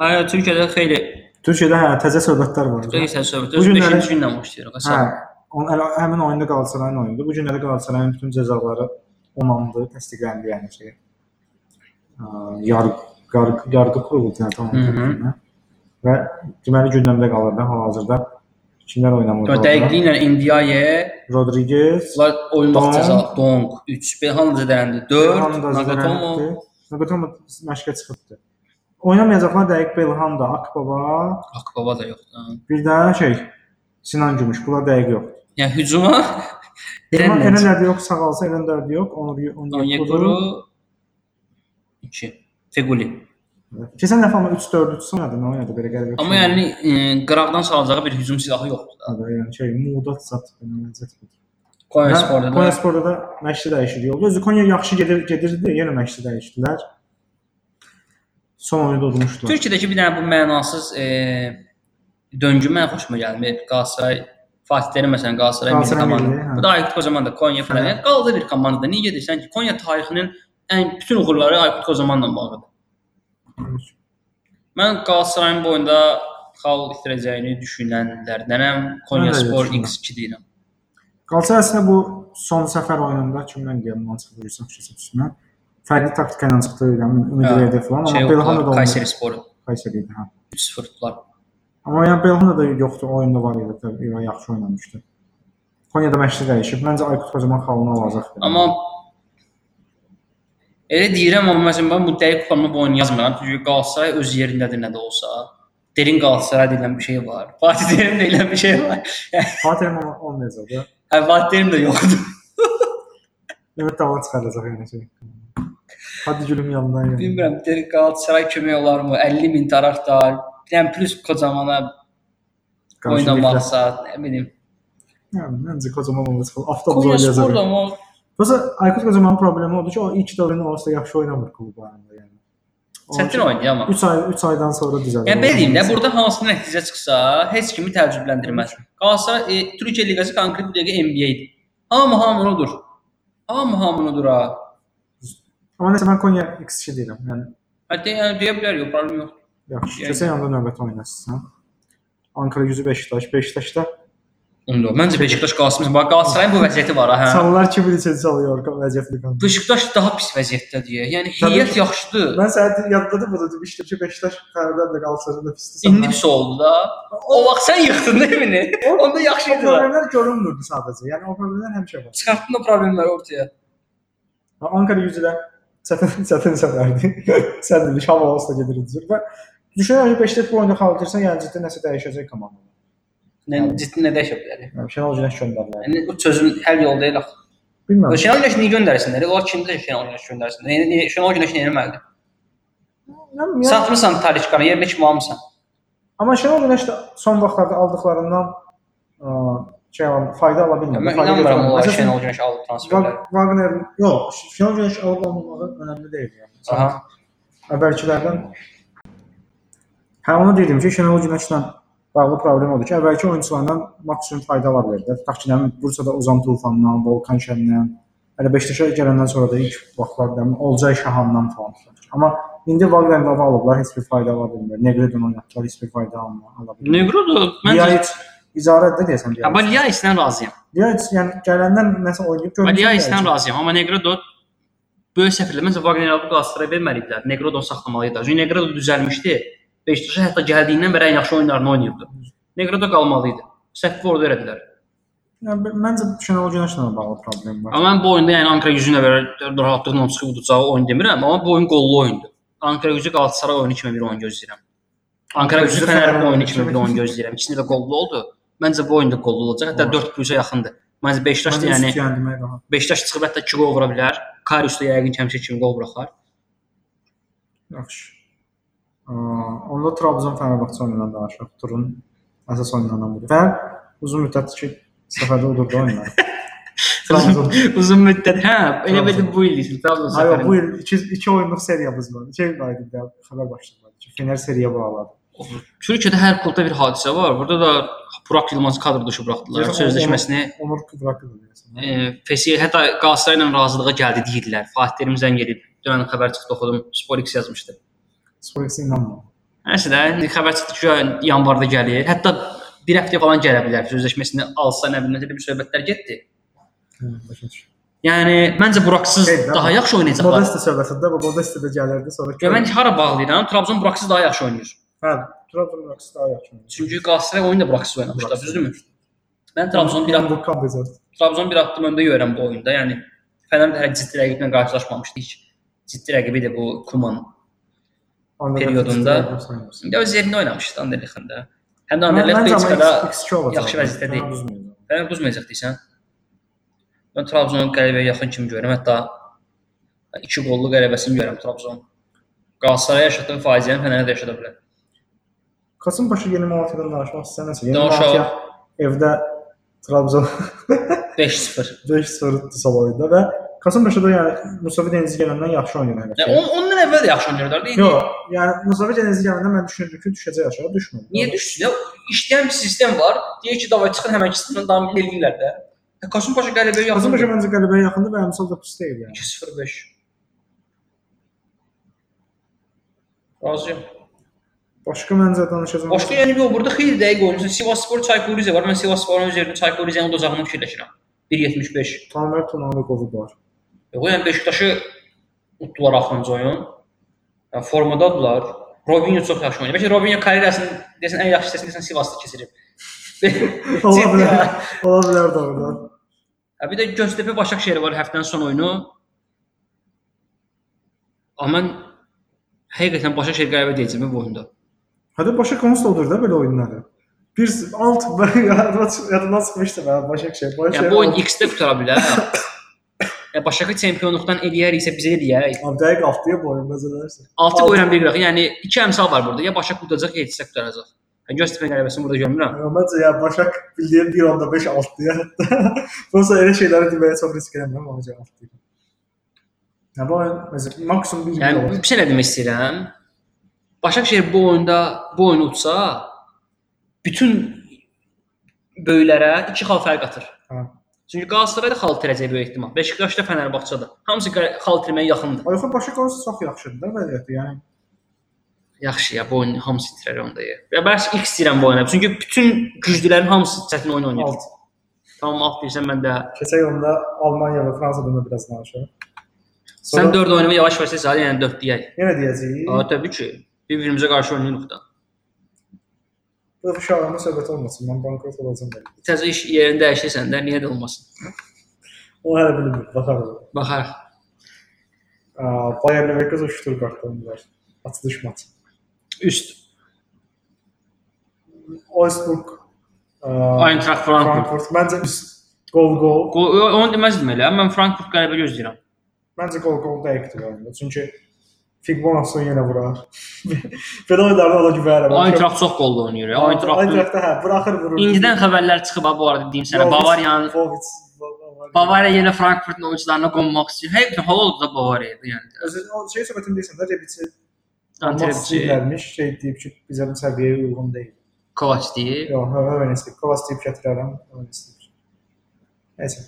Speaker 2: Hayır, Türkiyədə xeyli
Speaker 1: Türkiyədə hə, təzə söhbətlər var.
Speaker 2: Qeysə söhbət.
Speaker 1: Bu
Speaker 2: Özü
Speaker 1: günləri-
Speaker 2: 5-ci gündən başlayırıq.
Speaker 1: Hə,
Speaker 2: Qasab.
Speaker 1: on, hələ, həmin oyunda Qalatasarayın oyundu. Bu günləri Qalatasarayın bütün cəzaları onandı, təsdiqləndi yəni şey. Yarq yarq yarqı quruldu yəni
Speaker 2: Hı hı.
Speaker 1: tamam. Və deməli gündəmdə qalır da hal-hazırda kimlər oynamır?
Speaker 2: Dəqiqliklə NDI-yə
Speaker 1: Rodriguez,
Speaker 2: oyunbaq
Speaker 1: Dong.
Speaker 2: cəza Dong 3, Belhanda dələndi 4, Nagatomo
Speaker 1: Nagatomo məşqə çıxıbdı. Oynamayacaqlar dəqiq Belhanda, Akbaba,
Speaker 2: Akbaba da yoxdur. hə.
Speaker 1: Bir də şey Sinan Gümüş. Bunlar dəqiq yox.
Speaker 2: Yəni hücuma
Speaker 1: Eren
Speaker 2: Eren Eren
Speaker 1: Eren yox, sağalsa Eren Dərdi yox, Onur
Speaker 2: Onyekuru
Speaker 1: Onyekuru.
Speaker 2: 2 Feguli.
Speaker 1: Keçən dəfə amma 3-4-3 oynadı, nə oynadı belə qəribə.
Speaker 2: Amma yəni e, qıraqdan salacağı bir hücum silahı yoxdur. da.
Speaker 1: Adı, yəni şey Mudat sat belə vəziyyət budur.
Speaker 2: Konya Sporda
Speaker 1: Konya
Speaker 2: da
Speaker 1: Sporda da məşqçi dəyişikliyi oldu. Özü Konya yaxşı gedir, gedirdi, yenə məşqçi dəyişdilər. Son oyunda udmuşdular.
Speaker 2: Türkiyədəki bir dənə bu mənasız e, döngü mənə xoşuma gəlmir. Qalatasaray Fatih Terim məsələn Qalatasaray milli
Speaker 1: Qalatasaray
Speaker 2: komanda.
Speaker 1: milli, hə.
Speaker 2: Bu da Aykut Kocaman da Konya falan.
Speaker 1: Hə.
Speaker 2: Yəni qaldı bir komandada. Niyə gedirsən ki? Konya tarixinin ən bütün uğurları Aykut Kocamanla bağlıdır. Mən Qalatasarayın bu oyunda xal itirəcəyini düşünənlərdənəm. Konya
Speaker 1: Mən də elə
Speaker 2: Spor
Speaker 1: düşünürəm.
Speaker 2: X2 deyirəm.
Speaker 1: Qalatasaray əslində bu son səfər oyununda kimdən gəldi? Manchester United keçib üstünə. Fərqli taktika ilə çıxdı, yəni ümid
Speaker 2: Hə,
Speaker 1: edirdi falan,
Speaker 2: Şey,
Speaker 1: amma Belhanda da
Speaker 2: Kayseri Spor
Speaker 1: Kayseri idi. Hə.
Speaker 2: 3-0 tutdular.
Speaker 1: Amma yəni Belhanda da yoxdur, oyunda var idi, təbii ki, yaxşı oynamışdı. Konya'da məşqçi dəyişib. Məncə Aykut Kocaman xalını alacaq.
Speaker 2: Amma elə deyirəm amma məsələn mən bu dəqiq planı bu oyunu yazmıram. Çünki Qalatasaray öz yerindədir nə də olsa. Derin Qalatasaray deyilən bir şey var. Fatih Terim deyilən bir şey var.
Speaker 1: Fatih amma olmayacaq da.
Speaker 2: Hə Fatih Terim də yoxdur.
Speaker 1: Ümid davam çıxaracaq yəni şey. Hadi gülüm yandan yəni.
Speaker 2: Bilmirəm Derin Qalatasaray kömək olarmı? 50 min taraftar. Yəni plus Kocamana
Speaker 1: Qarşı ligdə.
Speaker 2: oynamaqsa, nə bilim.
Speaker 1: Yəni məncə Kocaman olacaq. Avtobus
Speaker 2: Konya Spor
Speaker 1: oynayacaq.
Speaker 2: da amma
Speaker 1: Bəs Aykut Kocamanın problemi odur ki, o ilk dövrün olsa yaxşı oynamır klublarında yəni.
Speaker 2: çətin oyundur amma.
Speaker 1: 3 ay 3 aydan sonra düzəlir.
Speaker 2: Yəni belə deyim də, burada hansı nəticə çıxsa, heç kimi təəccübləndirməz. Qalatasaray e, Türkiyə liqası konkret bir dəqiqə NBA-dir. Hamı hamınudur. Hamı hamınudur ha.
Speaker 1: Amma nəsə mən Konya X2 deyirəm. Yəni
Speaker 2: Hətta yəni deyə bilər, yox, problem yoxdur.
Speaker 1: yaxşı.
Speaker 2: Yəni-
Speaker 1: Keçən yanda növbət oynasın. Ankara gücü Beşiktaş. Beşiktaşda
Speaker 2: Onda məncə Beşiktaş Qalatasarayın bax Qalatasarayın bu vəziyyəti var ha. hə.
Speaker 1: Sallar kimi içəcə çalıyor vəziyyətli qanun.
Speaker 2: Beşiktaş daha pis vəziyyətdədir. Yəni
Speaker 1: Tabii
Speaker 2: heyət
Speaker 1: ki.
Speaker 2: yaxşıdır.
Speaker 1: Mən sənə yadladım bunu demişdim ki, Beşiktaş Xəbərdən də qalsın da pisdir.
Speaker 2: İndi pis oldu da. O vaxt sən yıxdın da evini. Onda yaxşı
Speaker 1: o
Speaker 2: idi. da.
Speaker 1: problemlər görünmürdü sadəcə. Yəni o problemlər həmişə var.
Speaker 2: Çıxartdın da problemləri ortaya.
Speaker 1: Və Ankara gücülə çətin çətin səfərdi. Sən də Şam olsa gedirdi. Və düşünürəm ki, Beşiktaş bu oyunda xalatırsan, yəni ciddi nəsə dəyişəcək komanda.
Speaker 2: Nə ciddi nə dəyişə bilər.
Speaker 1: Yəni Şenol Günəş göndərilər.
Speaker 2: Yəni bu çözüm həll yolu deyil axı.
Speaker 1: Bilmirəm.
Speaker 2: Şenol Güneş niyə göndərsinlər? Onlar kimdə Şenol Güneş göndərsinlər? Yəni niyə- Şenol Güneş niyə eləməlidir?
Speaker 1: Bilmirəm, yəni-
Speaker 2: Satmısan Tariçkanı, yerinə kim almısan?
Speaker 1: Amma Şenol Günəş də son vaxtlarda aldıqlarından ə, şey ala- fayda ala bilmir.
Speaker 2: Mən
Speaker 1: Fayda
Speaker 2: inanmıram
Speaker 1: götürmür.
Speaker 2: onlar
Speaker 1: Məsələn,
Speaker 2: Şenol Güneş alıb transferləri.
Speaker 1: Vag- Wagner, yox, Şenol Günəş alıb almamağı önəmli deyil yəni.
Speaker 2: Aha.
Speaker 1: Əvvəlkilərdən Hə, onu dedim ki, Şenol Günəşlə bağlı problem odur ki, əvvəlki oyunçulardan maksimum fayda ala bilirdi. Tutaq ki, nə bilim, Bursa'da Ozan Tufandan, Volkan Şəndən, hələ Beşiktaşa gələndən sonra da ilk vaxtlarda Olcay Şahandan falan tutaq. ki. Amma indi Wagner Lava alıblar, heç bir fayda ala bilmir. Negredo oynatdılar, heç bir fayda alma- ala bilmir.
Speaker 2: Negro da məncə
Speaker 1: Yayic icarədə deyəsən deyirəm.
Speaker 2: Amma Liaisdən razıyam.
Speaker 1: Liyaç yəni gələndən nəsə oynayıb
Speaker 2: Amma
Speaker 1: görmüşəm.
Speaker 2: Liaisdən razıyam. Amma Negredo böyük səfirlə məncə Wagner alıp Qalatasaraya verməliyiblər. Negredo saxlamalıydı. Çünki Negredo düzəlmişdi. Beşiktaşa hətta gəldiyindən bəri ən yaxşı oyunlarını oynayırdı. Negredo qalmalı idi. Səhv orada elədilər.
Speaker 1: Yəni b- məncə Şenol Günəşlə də bağlı problem var.
Speaker 2: Amma mən bu oyunda yəni Ankara gücünə belə rahatlıqla çıxıb udutacağı oyun demirəm, amma bu oyun qollu oyundur. Ankara gücü Qalatasaray oyunu kimi bir oyun gözləyirəm. Ankara gücü Fənər oyunu kimi bir oyun gözləyirəm. İkisində də qollu oldu. Məncə bu oyunda qollu olacaq. Hətta
Speaker 1: Olar.
Speaker 2: 4 plusa yaxındır. Məncə Beşiktaş da
Speaker 1: Məncə
Speaker 2: yəni
Speaker 1: üç yenilməyə rahat.
Speaker 2: Beşiktaş çıxıb hətta 2 gol vura bilər. Karius da yəqin ki, həmişə kimi gol buraxar.
Speaker 1: Yaxşı. Aa, Onda Trabzon Fenerbahçe oyunundan danışaq. Turun əsas oyunundan budur. Və uzun müddət ki səfərdə olurdu oyunlar. Trabzon.
Speaker 2: Uzun müddət, hə, elə
Speaker 1: Trabzon.
Speaker 2: belə bu il isə Trabzon
Speaker 1: Hayır, Hə, bu
Speaker 2: səfəri.
Speaker 1: il 2 2 oyunluq seriyamız var. Şey qaydı bir xəbər başladı. ki, Fener seriya bağladı.
Speaker 2: Türkiyədə hər klubda bir hadisə var. Burada da Burak Yılmaz kadro dışı buraxdılar.
Speaker 1: Yəni, o-
Speaker 2: Sözləşməsini
Speaker 1: Onur Kıbrakıdır deyəsən.
Speaker 2: Fesiyə hətta Qalatasaray ilə razılığa gəldi deyirlər. Fatih Terim zəng edib dünən xəbər çıxdı oxudum. Sporix yazmışdı.
Speaker 1: Sporexə inanmıram.
Speaker 2: Nəsə də indi xəbər çıxdı ki, güya yanvarda gəlir. Hətta bir həftə falan gələ bilər. Sözləşməsini alsa nə bilim nə bir söhbətlər getdi.
Speaker 1: Hə, başa düşürəm.
Speaker 2: Yəni məncə Buraksız
Speaker 1: Şey,
Speaker 2: daha
Speaker 1: amma-
Speaker 2: yaxşı oynayacaqlar.
Speaker 1: Modeste söhbətində, bu Modeste də gəlirdi sonra.
Speaker 2: Və mən hara bağlayıram? Trabzon Buraksız daha yaxşı oynayır.
Speaker 1: hə, Trabzon Rocks daha yaxşı.
Speaker 2: Çünki Qalatasaray oyunu da Buraksız oynamışdı, düzdürmü? Mən Trabzon bir addım,
Speaker 1: bu kabrizat.
Speaker 2: Trabzon bir addım öndə görürəm bu oyunda. Yəni Fənər də hələ ciddi rəqiblə qarşılaşmamışdı heç. Ciddi rəqibi də bu Kuman Periyodunda- İndi öz yerində oynamışdı Anderlechtdə. Həm də Anderlecht Belçikada yaxşı vəziyyətdə deyil. fərq düzməyəcək deyirsən. Mən Trabzonun qələbəyə yaxın kimi görürəm. Hətta 2 qollu qələbəsini görürəm Trabzon. Qalatasaraya yaşatdığı faciəni Fənərə də yaşada bilər.
Speaker 1: Kasımpaşa yeni Malatyadan danışmaq istəyirsən nəsə? Yeni
Speaker 2: Danışaq.
Speaker 1: Malatya evdə Trabzon
Speaker 2: 5-0.
Speaker 1: 5-0 Tisal oyunda və Kasımpaşa da yəni Musavi Denizi gələndən yaxşı oynayır
Speaker 2: Yəni,
Speaker 1: həqiqətən.
Speaker 2: on, ondan əvvəl də yaxşı oynayırdılar. İndi
Speaker 1: Yox, yəni Musavi Denizi gələndən mən düşünürdüm ki, düşəcək aşağı, düşmür.
Speaker 2: niyə düşdü? Ya işləyən bir sistem var. Deyir ki, davay çıxın həmin sistemdən davam eləyirlər də. Hə, Kasımpaşa qələbəyə yaxın.
Speaker 1: Kasımpaşa məncə qələbəyə yaxındır və əmsal da pis deyil yəni.
Speaker 2: 2-0-5. Razıyam.
Speaker 1: Başqa məncə danışacağam.
Speaker 2: Başqa yəni yox, burada xeyli dəqiq oynayırsan. Sivasspor Çaykur-Rize var. Mən Sivassporun üzərində Çaykur-Rizenin udacağını fikirləşirəm. 1.75.
Speaker 1: Tamer Tunanlı qovu var.
Speaker 2: Yox, yəni Beşiktaşı utdular axırıncı oyun. Yəni formadadırlar. Robinho çox yaxşı oynayır. Bəlkə Robinho karyerasının desən ən yaxşı hissəsini desən Sivasda keçirib.
Speaker 1: Ola
Speaker 2: Ciddi
Speaker 1: bilər.
Speaker 2: ha.
Speaker 1: Ola bilər doğrudan.
Speaker 2: Ha, bir də Göztepe Başakşehir var həftənin son oyunu. Amma mən həqiqətən Başakşehir qələbə deyəcəm bu oyunda.
Speaker 1: Hadi başa konus da olur da böyle oyunlarda. Bir alt yadından sıkmıştı ben Başakşehir. Başakşehir.
Speaker 2: Yəni bu oyun X-də qutara bilər. Ya Başakı çempionluqdan eləyər isə bizə eləyər.
Speaker 1: Abi direkt alt diye bu oyun bazılarsa.
Speaker 2: 6 qoyuram bir qıraq. Yəni iki əmsal var burada. Ya Başak qutacaq, ya Etisə qutaracaq. Yəni Göztepe qələbəsini burada görmürəm.
Speaker 1: Bence ya Başak bildiğin bir onda 5 alt diye hatta. Yoksa öyle şeyler demeye çok risk edemem ama hocam alt diye. Ya bu oyun mesela maksimum bir yani,
Speaker 2: Yəni
Speaker 1: olur.
Speaker 2: bir şey nə demək istəyirəm? Başakşehir bu oyunda bu oyunu utsa bütün böyüklərə 2 xal fərq atır.
Speaker 1: Ha.
Speaker 2: Çünki Qalatasaray da xal itirəcək böyük ehtimal. Beşiktaş da Fənərbağçada. Hamısı qə- xal itirməyə yaxındır.
Speaker 1: Oyun Başak konusu çok yakışırdı da vəziyyəti yani.
Speaker 2: Yaxşı ya bu oyun hamısı itirər onda ya. Və bəs X deyirəm bu oyuna. Çünki bütün güclülərin hamısı çətin oyun oynayır.
Speaker 1: Alt.
Speaker 2: Tamam alt deyirsən mən də
Speaker 1: Keçen yolda Almanya ve Fransa'dan da biraz şey. danışalım. Sonra
Speaker 2: sən 4 oynama yavaş yavaş isə yəni 4 deyək.
Speaker 1: Yenə deyəcəyik.
Speaker 2: Aa, təbii ki. Bir-birimizə qarşı oynayırıq da.
Speaker 1: Bu uşağıma söhbət olmasın. Mən bankrot olacağım. belki.
Speaker 2: Təzə iş yerini dəyişirsən də niyə də olmasın?
Speaker 1: O hələ bilmir. Baxarız.
Speaker 2: Baxarıq.
Speaker 1: Aa, Bayern Leverkusen Stuttgart oynadılar. Açılış maçı.
Speaker 2: Üst
Speaker 1: Augsburg aa,
Speaker 2: Eintracht şey, Frankfurt.
Speaker 1: Frankfurt. Məncə üst gol gol.
Speaker 2: Qo- o- Onu deməzdim elə. Mən Frankfurt qələbə gözləyirəm.
Speaker 1: Məncə gol gol dəqiqdir oyunda. Çünki Figbonason yenə vurar. Belə oyunlarda ona güvənirəm.
Speaker 2: Eintracht çox qollu oynayır. ya. Eintracht
Speaker 1: Eintracht hə, buraxır vurur.
Speaker 2: indidən xəbərlər çıxıb ha, bu arada deyim sənə.
Speaker 1: Jovic-
Speaker 2: Bavariyanın
Speaker 1: Jovic, Bavaria.
Speaker 2: Bavariya yenə Frankfurtun oyuncularına qonmaq istəyir. Həqiqətən hal oldu da Bavariyada yəni.
Speaker 1: Özü- o şey söhbətini deyirsən də Rebici
Speaker 2: Antrebici,
Speaker 1: Antrebici şey deyib ki, bizə bu səviyyəyə uyğun deyil.
Speaker 2: Kovac deyir.
Speaker 1: Yox, hə, hə, nəsə Kovac deyib gətirərəm, hə, nəsə. Nəsə.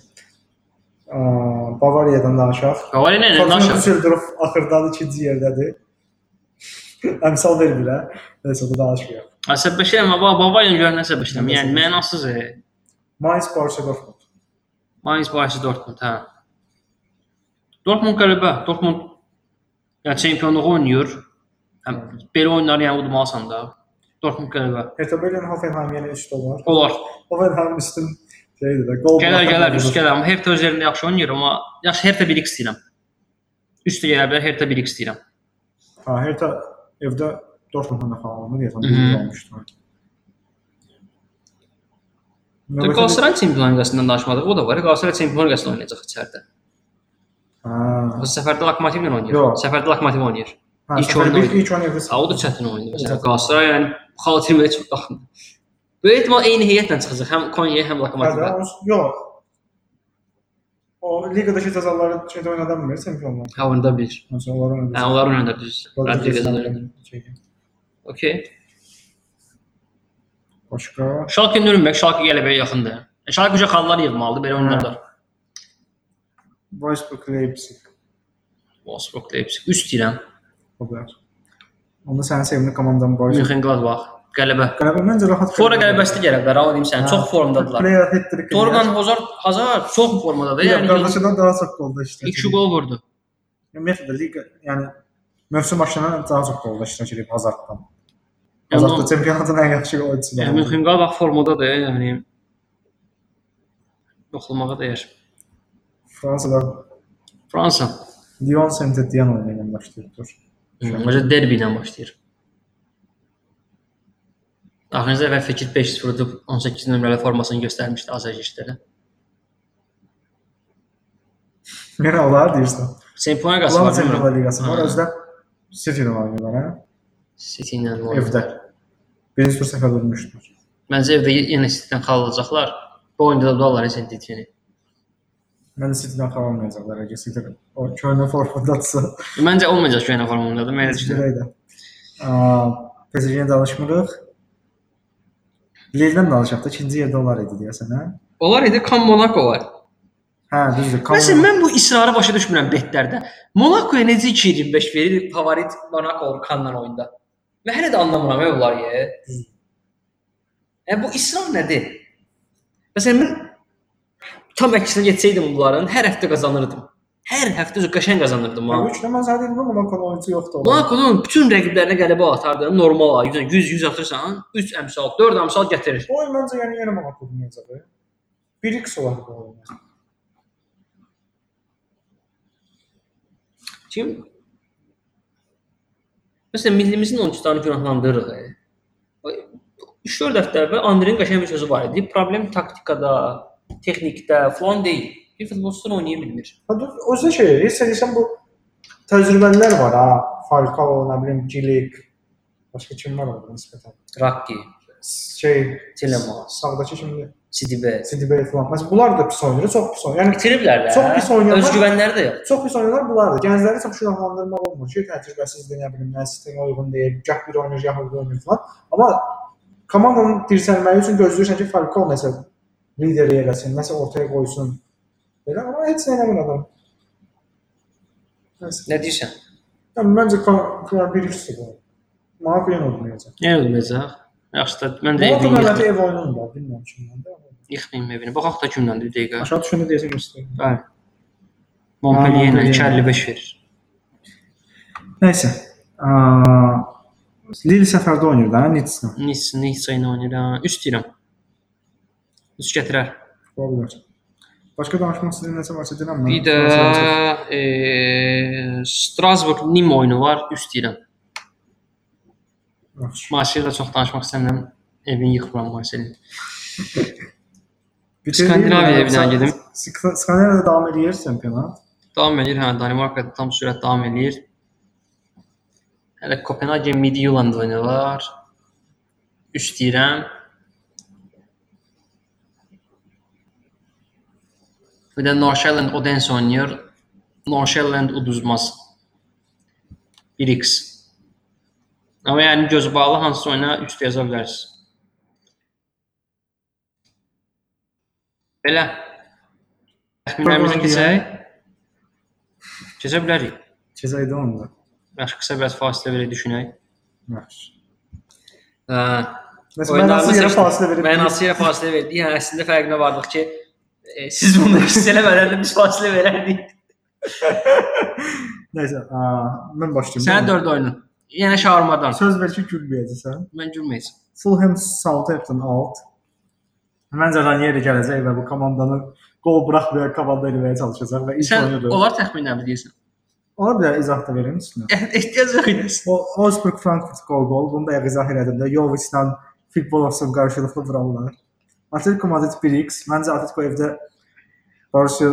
Speaker 1: Aa, Ee, Bavariyadan danışaq.
Speaker 2: Bavariya ilə
Speaker 1: Fortuna
Speaker 2: naşa.
Speaker 1: Düsseldorf axırdan ikinci yerdədir.
Speaker 3: Əmsal vermirə. Nəsə bu danışmayaq.
Speaker 2: Əsəbləşirəm, baba, baba ilə görə əsəbləşirəm. Yəni mənasız. e.
Speaker 1: Mainz Barça Dortmund.
Speaker 2: Mainz Bayern Dortmund, hə. Dortmund qələbə, Dortmund yəni çempionluğu oynayır. Həm belə oyunları yəni udmalısan da. Dortmund qələbə.
Speaker 1: Hertha Berlin Hoffenheim yenə 3 dolar.
Speaker 2: Olar.
Speaker 1: Hoffenheim üstün şeydir də. Gol.
Speaker 2: Gələr, gələr, üst gələr. Amma Hertha özlərində yaxşı oynayır, amma yaxşı Hertha 1x istəyirəm. Üstü gələ bilər, Hertha 1x istəyirəm.
Speaker 1: Ha, Hertha evdə Dortmund'dan da falan alınır ya.
Speaker 2: Hı hı.
Speaker 1: Tam olmuşdu.
Speaker 2: Dur, Qalatasaray Çempionlar Liqasından danışmadıq, o da var. Qalatasaray Çempionlar Liqasında oynayacaq içəridə.
Speaker 1: Ha.
Speaker 2: O səfərdə Lokomotiv ilə oynayır.
Speaker 1: Yox.
Speaker 2: Səfərdə Lokomotiv oynayır.
Speaker 1: Ha,
Speaker 2: İlk
Speaker 1: ilk
Speaker 2: oyunu
Speaker 1: oyun
Speaker 2: oynadı.
Speaker 1: ilk oyun evdə.
Speaker 2: Ha, o da çətin oyundur. Məsələn, Qalatasaray yəni xalatim belə çox daxil. Böyük ehtimal eyni heyətlə çıxacaq, həm Konya'ya, həm Lokomotivə.
Speaker 1: Hə, yox. O liqadakı cəzaları şeydə oynadan bilmir, çempionlar.
Speaker 2: Hə, onda bir.
Speaker 1: Məsələn, onlar oynadı.
Speaker 2: Hə, onlar oynadı düz. Rodriguez oynadı. Okay.
Speaker 1: Başqa.
Speaker 2: Schalke Nürnberg, Schalke qələbəyə yaxındır. E, Schalke uca xallar yığmalıdır, belə oyunlarda.
Speaker 1: Wolfsburg Leipzig.
Speaker 2: Wolfsburg, Leipzig, üst deyirəm.
Speaker 1: O qədər. Onda sənin sevimli komandan Bayern.
Speaker 2: München Gladbach, qələbə.
Speaker 1: Qələbə məncə rahat.
Speaker 2: Fora qələbəsi də gəlib, rahat deyim sənə,
Speaker 1: Hə.
Speaker 2: çox formdadılar.
Speaker 1: Player hat-trick.
Speaker 2: Torgan Hazard, Hazard çox formadadır.
Speaker 1: yəni
Speaker 2: Yəni
Speaker 1: qardaşından daha çox qolda iştirak
Speaker 2: iki gol vurdu.
Speaker 1: Ümumiyyətlə də liqa, yəni mövsüm başlanan daha çox qolda iştirak edib Hazarddan.
Speaker 2: Yəni,
Speaker 1: Hazard da çempionatın ən yaxşı
Speaker 2: Yəni
Speaker 1: oyunçusudur.
Speaker 2: München Gladbach formadadır, yəni yoxlamağa dəyər.
Speaker 1: Fransada
Speaker 2: Fransa.
Speaker 1: Lyon Saint-Étienne oyunu ilə başlayıbdır.
Speaker 2: Məncə derbi ilə başlayır. Axırıncı dəfə Fekir 5-0 udub 18 nömrəli formasını göstərmişdi Azərkeşlərə.
Speaker 1: Mira olar deyirsən.
Speaker 2: Çempionlar
Speaker 1: Qlava
Speaker 2: qasabı.
Speaker 1: Çempionlar Liqası var. Özdə City ilə oynayırlar, hə?
Speaker 2: City ilə
Speaker 1: Evdə.
Speaker 2: oynadı.
Speaker 1: Birinci tur səfərdə olmuşdur.
Speaker 2: Məncə evdə yenə City-dən xal alacaqlar. Bu oyunda da udallar City-ni.
Speaker 1: Mən City-dən xəbər almayacaqlar, əgər City o köhnə formadadirsə.
Speaker 2: Məncə olmayacaq ki, oyuna formandadır. Mən elə düşünürəm.
Speaker 1: Belə də. PSG-yə danışmırıq. Lille-dən danışaq da ikinci yerdə olar idi deyəsən, hə?
Speaker 2: Onlar idi, Kam Monaco var.
Speaker 1: Hə, düzdür. Kamera-
Speaker 2: Məsələn, mən bu israrı başa düşmürəm betlərdə. Monaco-ya necə 2.25 verir favorit Monaco olur Kanla oyunda? Mən hələ də anlamıram ya bunları. ya. Yəni bu israr nədir? Məsələn, mən tam əksinə getsəydim bunların hər həftə qazanırdım. Hər həftə özü qəşəng qazanırdım ha.
Speaker 1: Hə, üç nəmə zəhər edilmə, bundan konu oyuncu yoxdur. Ona.
Speaker 2: Monaco-nun bütün rəqiblərinə qələbə atardım, normal, 100-100 atırsan, 3 əmsal, 4 əmsal gətirir.
Speaker 1: Bu oyun məncə yəni yenə Monaco oynayacaq. 1x olar bu oyun.
Speaker 2: Kim? Məsələn, millimizin oyunçularını günahlandırırıq. e. 3-4 həftə əvvəl Andrenin qəşəng bir sözü var idi. Problem taktikada, texnikdə falan deyil. Bir futbolçular oynaya bilmir.
Speaker 1: Ha, dur, özü şey, hiss edirsən bu təcrübəlilər var ha. Falcao, nə bilim, Gilik, başqa kim var orada nisbətən?
Speaker 2: Rakki,
Speaker 1: Şey,
Speaker 2: Tilemans,
Speaker 1: sağdakı kimdir?
Speaker 2: Sidibe.
Speaker 1: CDB falan. Məsələn, bunlar da pis oynayır, çox pis oynayır. Yəni
Speaker 2: Bitiriblər də.
Speaker 1: Çox pis oynayanlar-
Speaker 2: Özgüvənləri də yox.
Speaker 1: çox pis oynayırlar bunlar da. Gəncləri çox şüurlandırmaq olmur ki, təcrübəsizdir, nə bilim, nə sistemə uyğun deyil, gah bir oynayır, gah bir oynayır falan. Amma komandanın dirsəlməyi üçün gözləyirsən ki, Falcao nəsə lideri eləsin, nəsə ortaya qoysun. Belə amma heç nə eləmir adam. Nəsə.
Speaker 2: Nə deyirsən?
Speaker 1: Yəni, Məncə Kral bir üstü bu. Mənə qıyan olmayacaq.
Speaker 2: Nə olmayacaq? Yaxşı da mən də
Speaker 1: Bu da
Speaker 2: evini
Speaker 1: ev oyununda, bilmirəm kimdən də.
Speaker 2: yıxmayım evini. Baxaq da kimdəndir bir dəqiqə.
Speaker 1: Aşağı düşəndə deyəsən göstərim.
Speaker 2: Bəli. Montpellier ilə
Speaker 1: Hə. Montpellier.
Speaker 2: 2.55 verir.
Speaker 1: Nəysə. Aa, Lille səfərdə oynayır da, Nitsa.
Speaker 2: Nice, Nice ilə oynayıram. 3 deyirəm. 3 gətirər.
Speaker 1: Ola bilər. Başqa danışmaq istədiyin nəsə varsa deyirəm mən.
Speaker 2: Bir də e, Strasbourg Nim oyunu var, 3 deyirəm.
Speaker 1: Yaxşı.
Speaker 2: Marseille çox danışmaq istəmirəm. Evin yıxıram Marseille.
Speaker 1: Bitirdik.
Speaker 2: Skandinaviyaya
Speaker 1: Yəni,
Speaker 2: bir dənə
Speaker 1: Sk-
Speaker 2: gedim.
Speaker 1: Sk- Skandinaviyada davam edir çempionat.
Speaker 2: Davam edir, hə, Danimarka tam sürət davam edir. Hələ Kopenhagen Midtjylland oyunu var. 3 deyirəm. Bir də Northshireland Odense oynayır. Northshireland uduzmaz. 1x. Amma yəni göz bağlı hansı oyuna 3 yaza bilərsiniz. Belə. Təxminlərimizi keçək. Keçə bilərik.
Speaker 1: Keçə idi onda.
Speaker 2: Yaxşı qısa biraz fasilə verək düşünək.
Speaker 1: Yaxşı.
Speaker 2: Hə.
Speaker 3: Nəsə mən
Speaker 2: Oyunlarını
Speaker 3: hansı yerə
Speaker 2: seçdim.
Speaker 3: fasilə verib.
Speaker 2: Mənası ilə fasilə verdi. Yəni əslində fərqinə vardıq ki, e, siz bunu hiss eləmədən də biz fasilə verərdik.
Speaker 3: Nəsə.
Speaker 1: Ə, mən başlayım.
Speaker 2: Sənin 4 oyunun. Yenə şaurmadan.
Speaker 3: Söz ver ki, gülməyəcəksən.
Speaker 2: Mən gülməyəcəm.
Speaker 1: Fulham Southampton out.
Speaker 3: Məncə Ranieri gələcək və bu komandanı gol buraxmayan komanda eləməyə çalışacaq və ilk
Speaker 2: Sən
Speaker 3: oyunudur.
Speaker 2: onlar təxminən bilirsən.
Speaker 1: Ola bilər izah da verim üstünə.
Speaker 2: Ehtiyac yox idi.
Speaker 1: O Wolfsburg Frankfurt gol gol. Bunu da izah elədim də. Jovic'lə futbol olsun qarşılıqlı vurarlar. Atletico Madrid 1x. Məncə Atletico evdə Borussia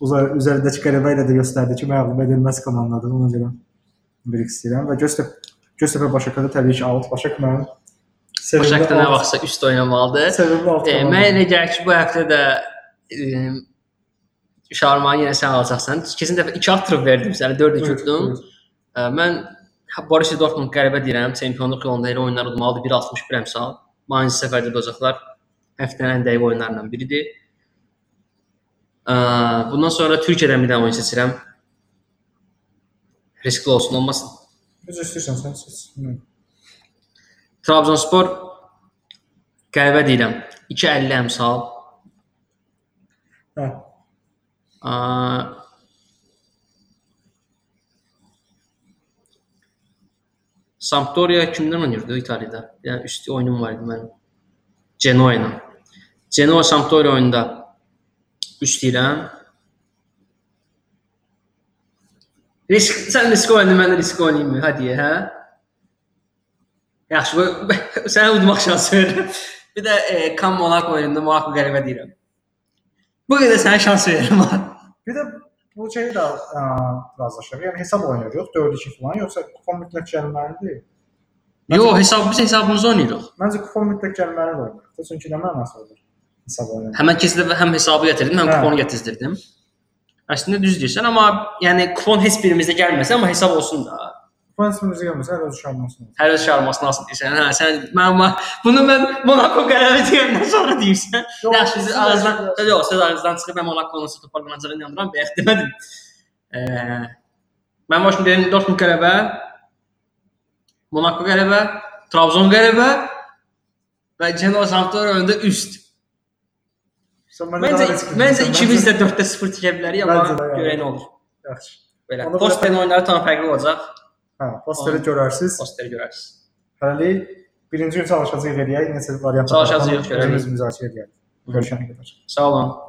Speaker 1: uza- üzərindəki qələbə ilə də göstərdi ki, məğlub edilməz komandadır. Ona görə 1x istəyirəm və Göztepe Göztepe Başakada təbii ki out. Başak mənim sevimli
Speaker 2: Başaqda nə
Speaker 1: alt-
Speaker 2: vaxtsa üst oynamalıdır.
Speaker 1: Sevimli alt.
Speaker 2: E,
Speaker 1: komandam.
Speaker 2: Mən elə gəlir ki, bu həftə də e, şarmanı yenə sən alacaqsan. Keçən dəfə 2 atırıb verdim sənə, 4
Speaker 1: Buyur,
Speaker 2: tutdum.
Speaker 1: buyur.
Speaker 2: E, Mən Borussia Dortmund qələbə deyirəm, çempionluq yolunda elə oyunlar olmalıdır. 1.61 əmsal. Mainz səfərdə olacaqlar. Həftənin ən dəqiq oyunlarından biridir. E, Bundan sonra Türkiyədən bir dənə oyun seçirəm. Riskli olsun, olmasın.
Speaker 1: Necə istəyirsən sən seç. Mən-
Speaker 2: Trabzonspor qələbə deyirəm. 2.50 əmsal.
Speaker 1: Hə.
Speaker 2: Aa, Sampdoria kimdən oynayırdı İtaliyada? Yəni üstü oyunum var idi mənim. Genoa ilə. Genoa Sampdoria oyununda üstəyirəm. Risk, sən risk oynayın, mən də risk oynayayım. Hadi, hə? Yaxşı, bu- sənə udmaq şansı verirəm. Bir də e, Kam Monaco oyununda Monaco qələbə deyirəm. Bu qədər sənə şans verirəm.
Speaker 1: Bir də bu şey də ə, razılaşır. Yəni hesab oynayırıq 4-2 falan yoxsa kupon mütləq gəlməlidir.
Speaker 2: Yox, hesab biz hesabımızı oynayırıq.
Speaker 1: Məncə kupon mütləq gəlməlidir oynayırıq. Çünki nə mənası olur? Hesab oynayırıq.
Speaker 2: Həmin keçid dəfə həm hesabı gətirdim, həm
Speaker 1: Hə.
Speaker 2: kuponu gətirdim. Əslində düz deyirsən, amma yəni kupon heç birimizdə gəlməsə, amma hesab olsun da.
Speaker 1: Kupon ismimizi gəlməsə hər öz şanımızın.
Speaker 2: Hər öz şarmasını alsın deyirsən. Hə, sən mən amma bunu mən Monaco qələbə deyəndən sonra deyirsən.
Speaker 1: Yox,
Speaker 2: Yaxşı, siz
Speaker 1: siz
Speaker 2: ağızdan,
Speaker 1: yaxşı.
Speaker 2: yox, siz ağızdan çıxıb mən Monaco-nun su toparlanacağına inanıram, bəyək demədim. Eee, mən başım deyim Dortmund qələbə, Monaco qələbə, Trabzon qələbə və Genoa Sampdoria oyunda üst.
Speaker 1: Sən
Speaker 2: Məncə məncə ikimiz də 4-də 0 tikə bilərik, amma
Speaker 1: Məncə də, yəni.
Speaker 2: görə nə olur.
Speaker 1: yaxşı.
Speaker 2: Belə.
Speaker 1: Ona görə-
Speaker 2: Posten oyunları tam fərqli olacaq.
Speaker 1: Hə, posteri görərsiniz.
Speaker 2: Posteri görərsiniz.
Speaker 1: Hələlik birinci gün çalışacağıq eləyək, necə variant
Speaker 2: Çalışacağıq, görərik.
Speaker 1: Özümüz müzakirə edək. Görüşənə qədər.
Speaker 2: Sağ olun.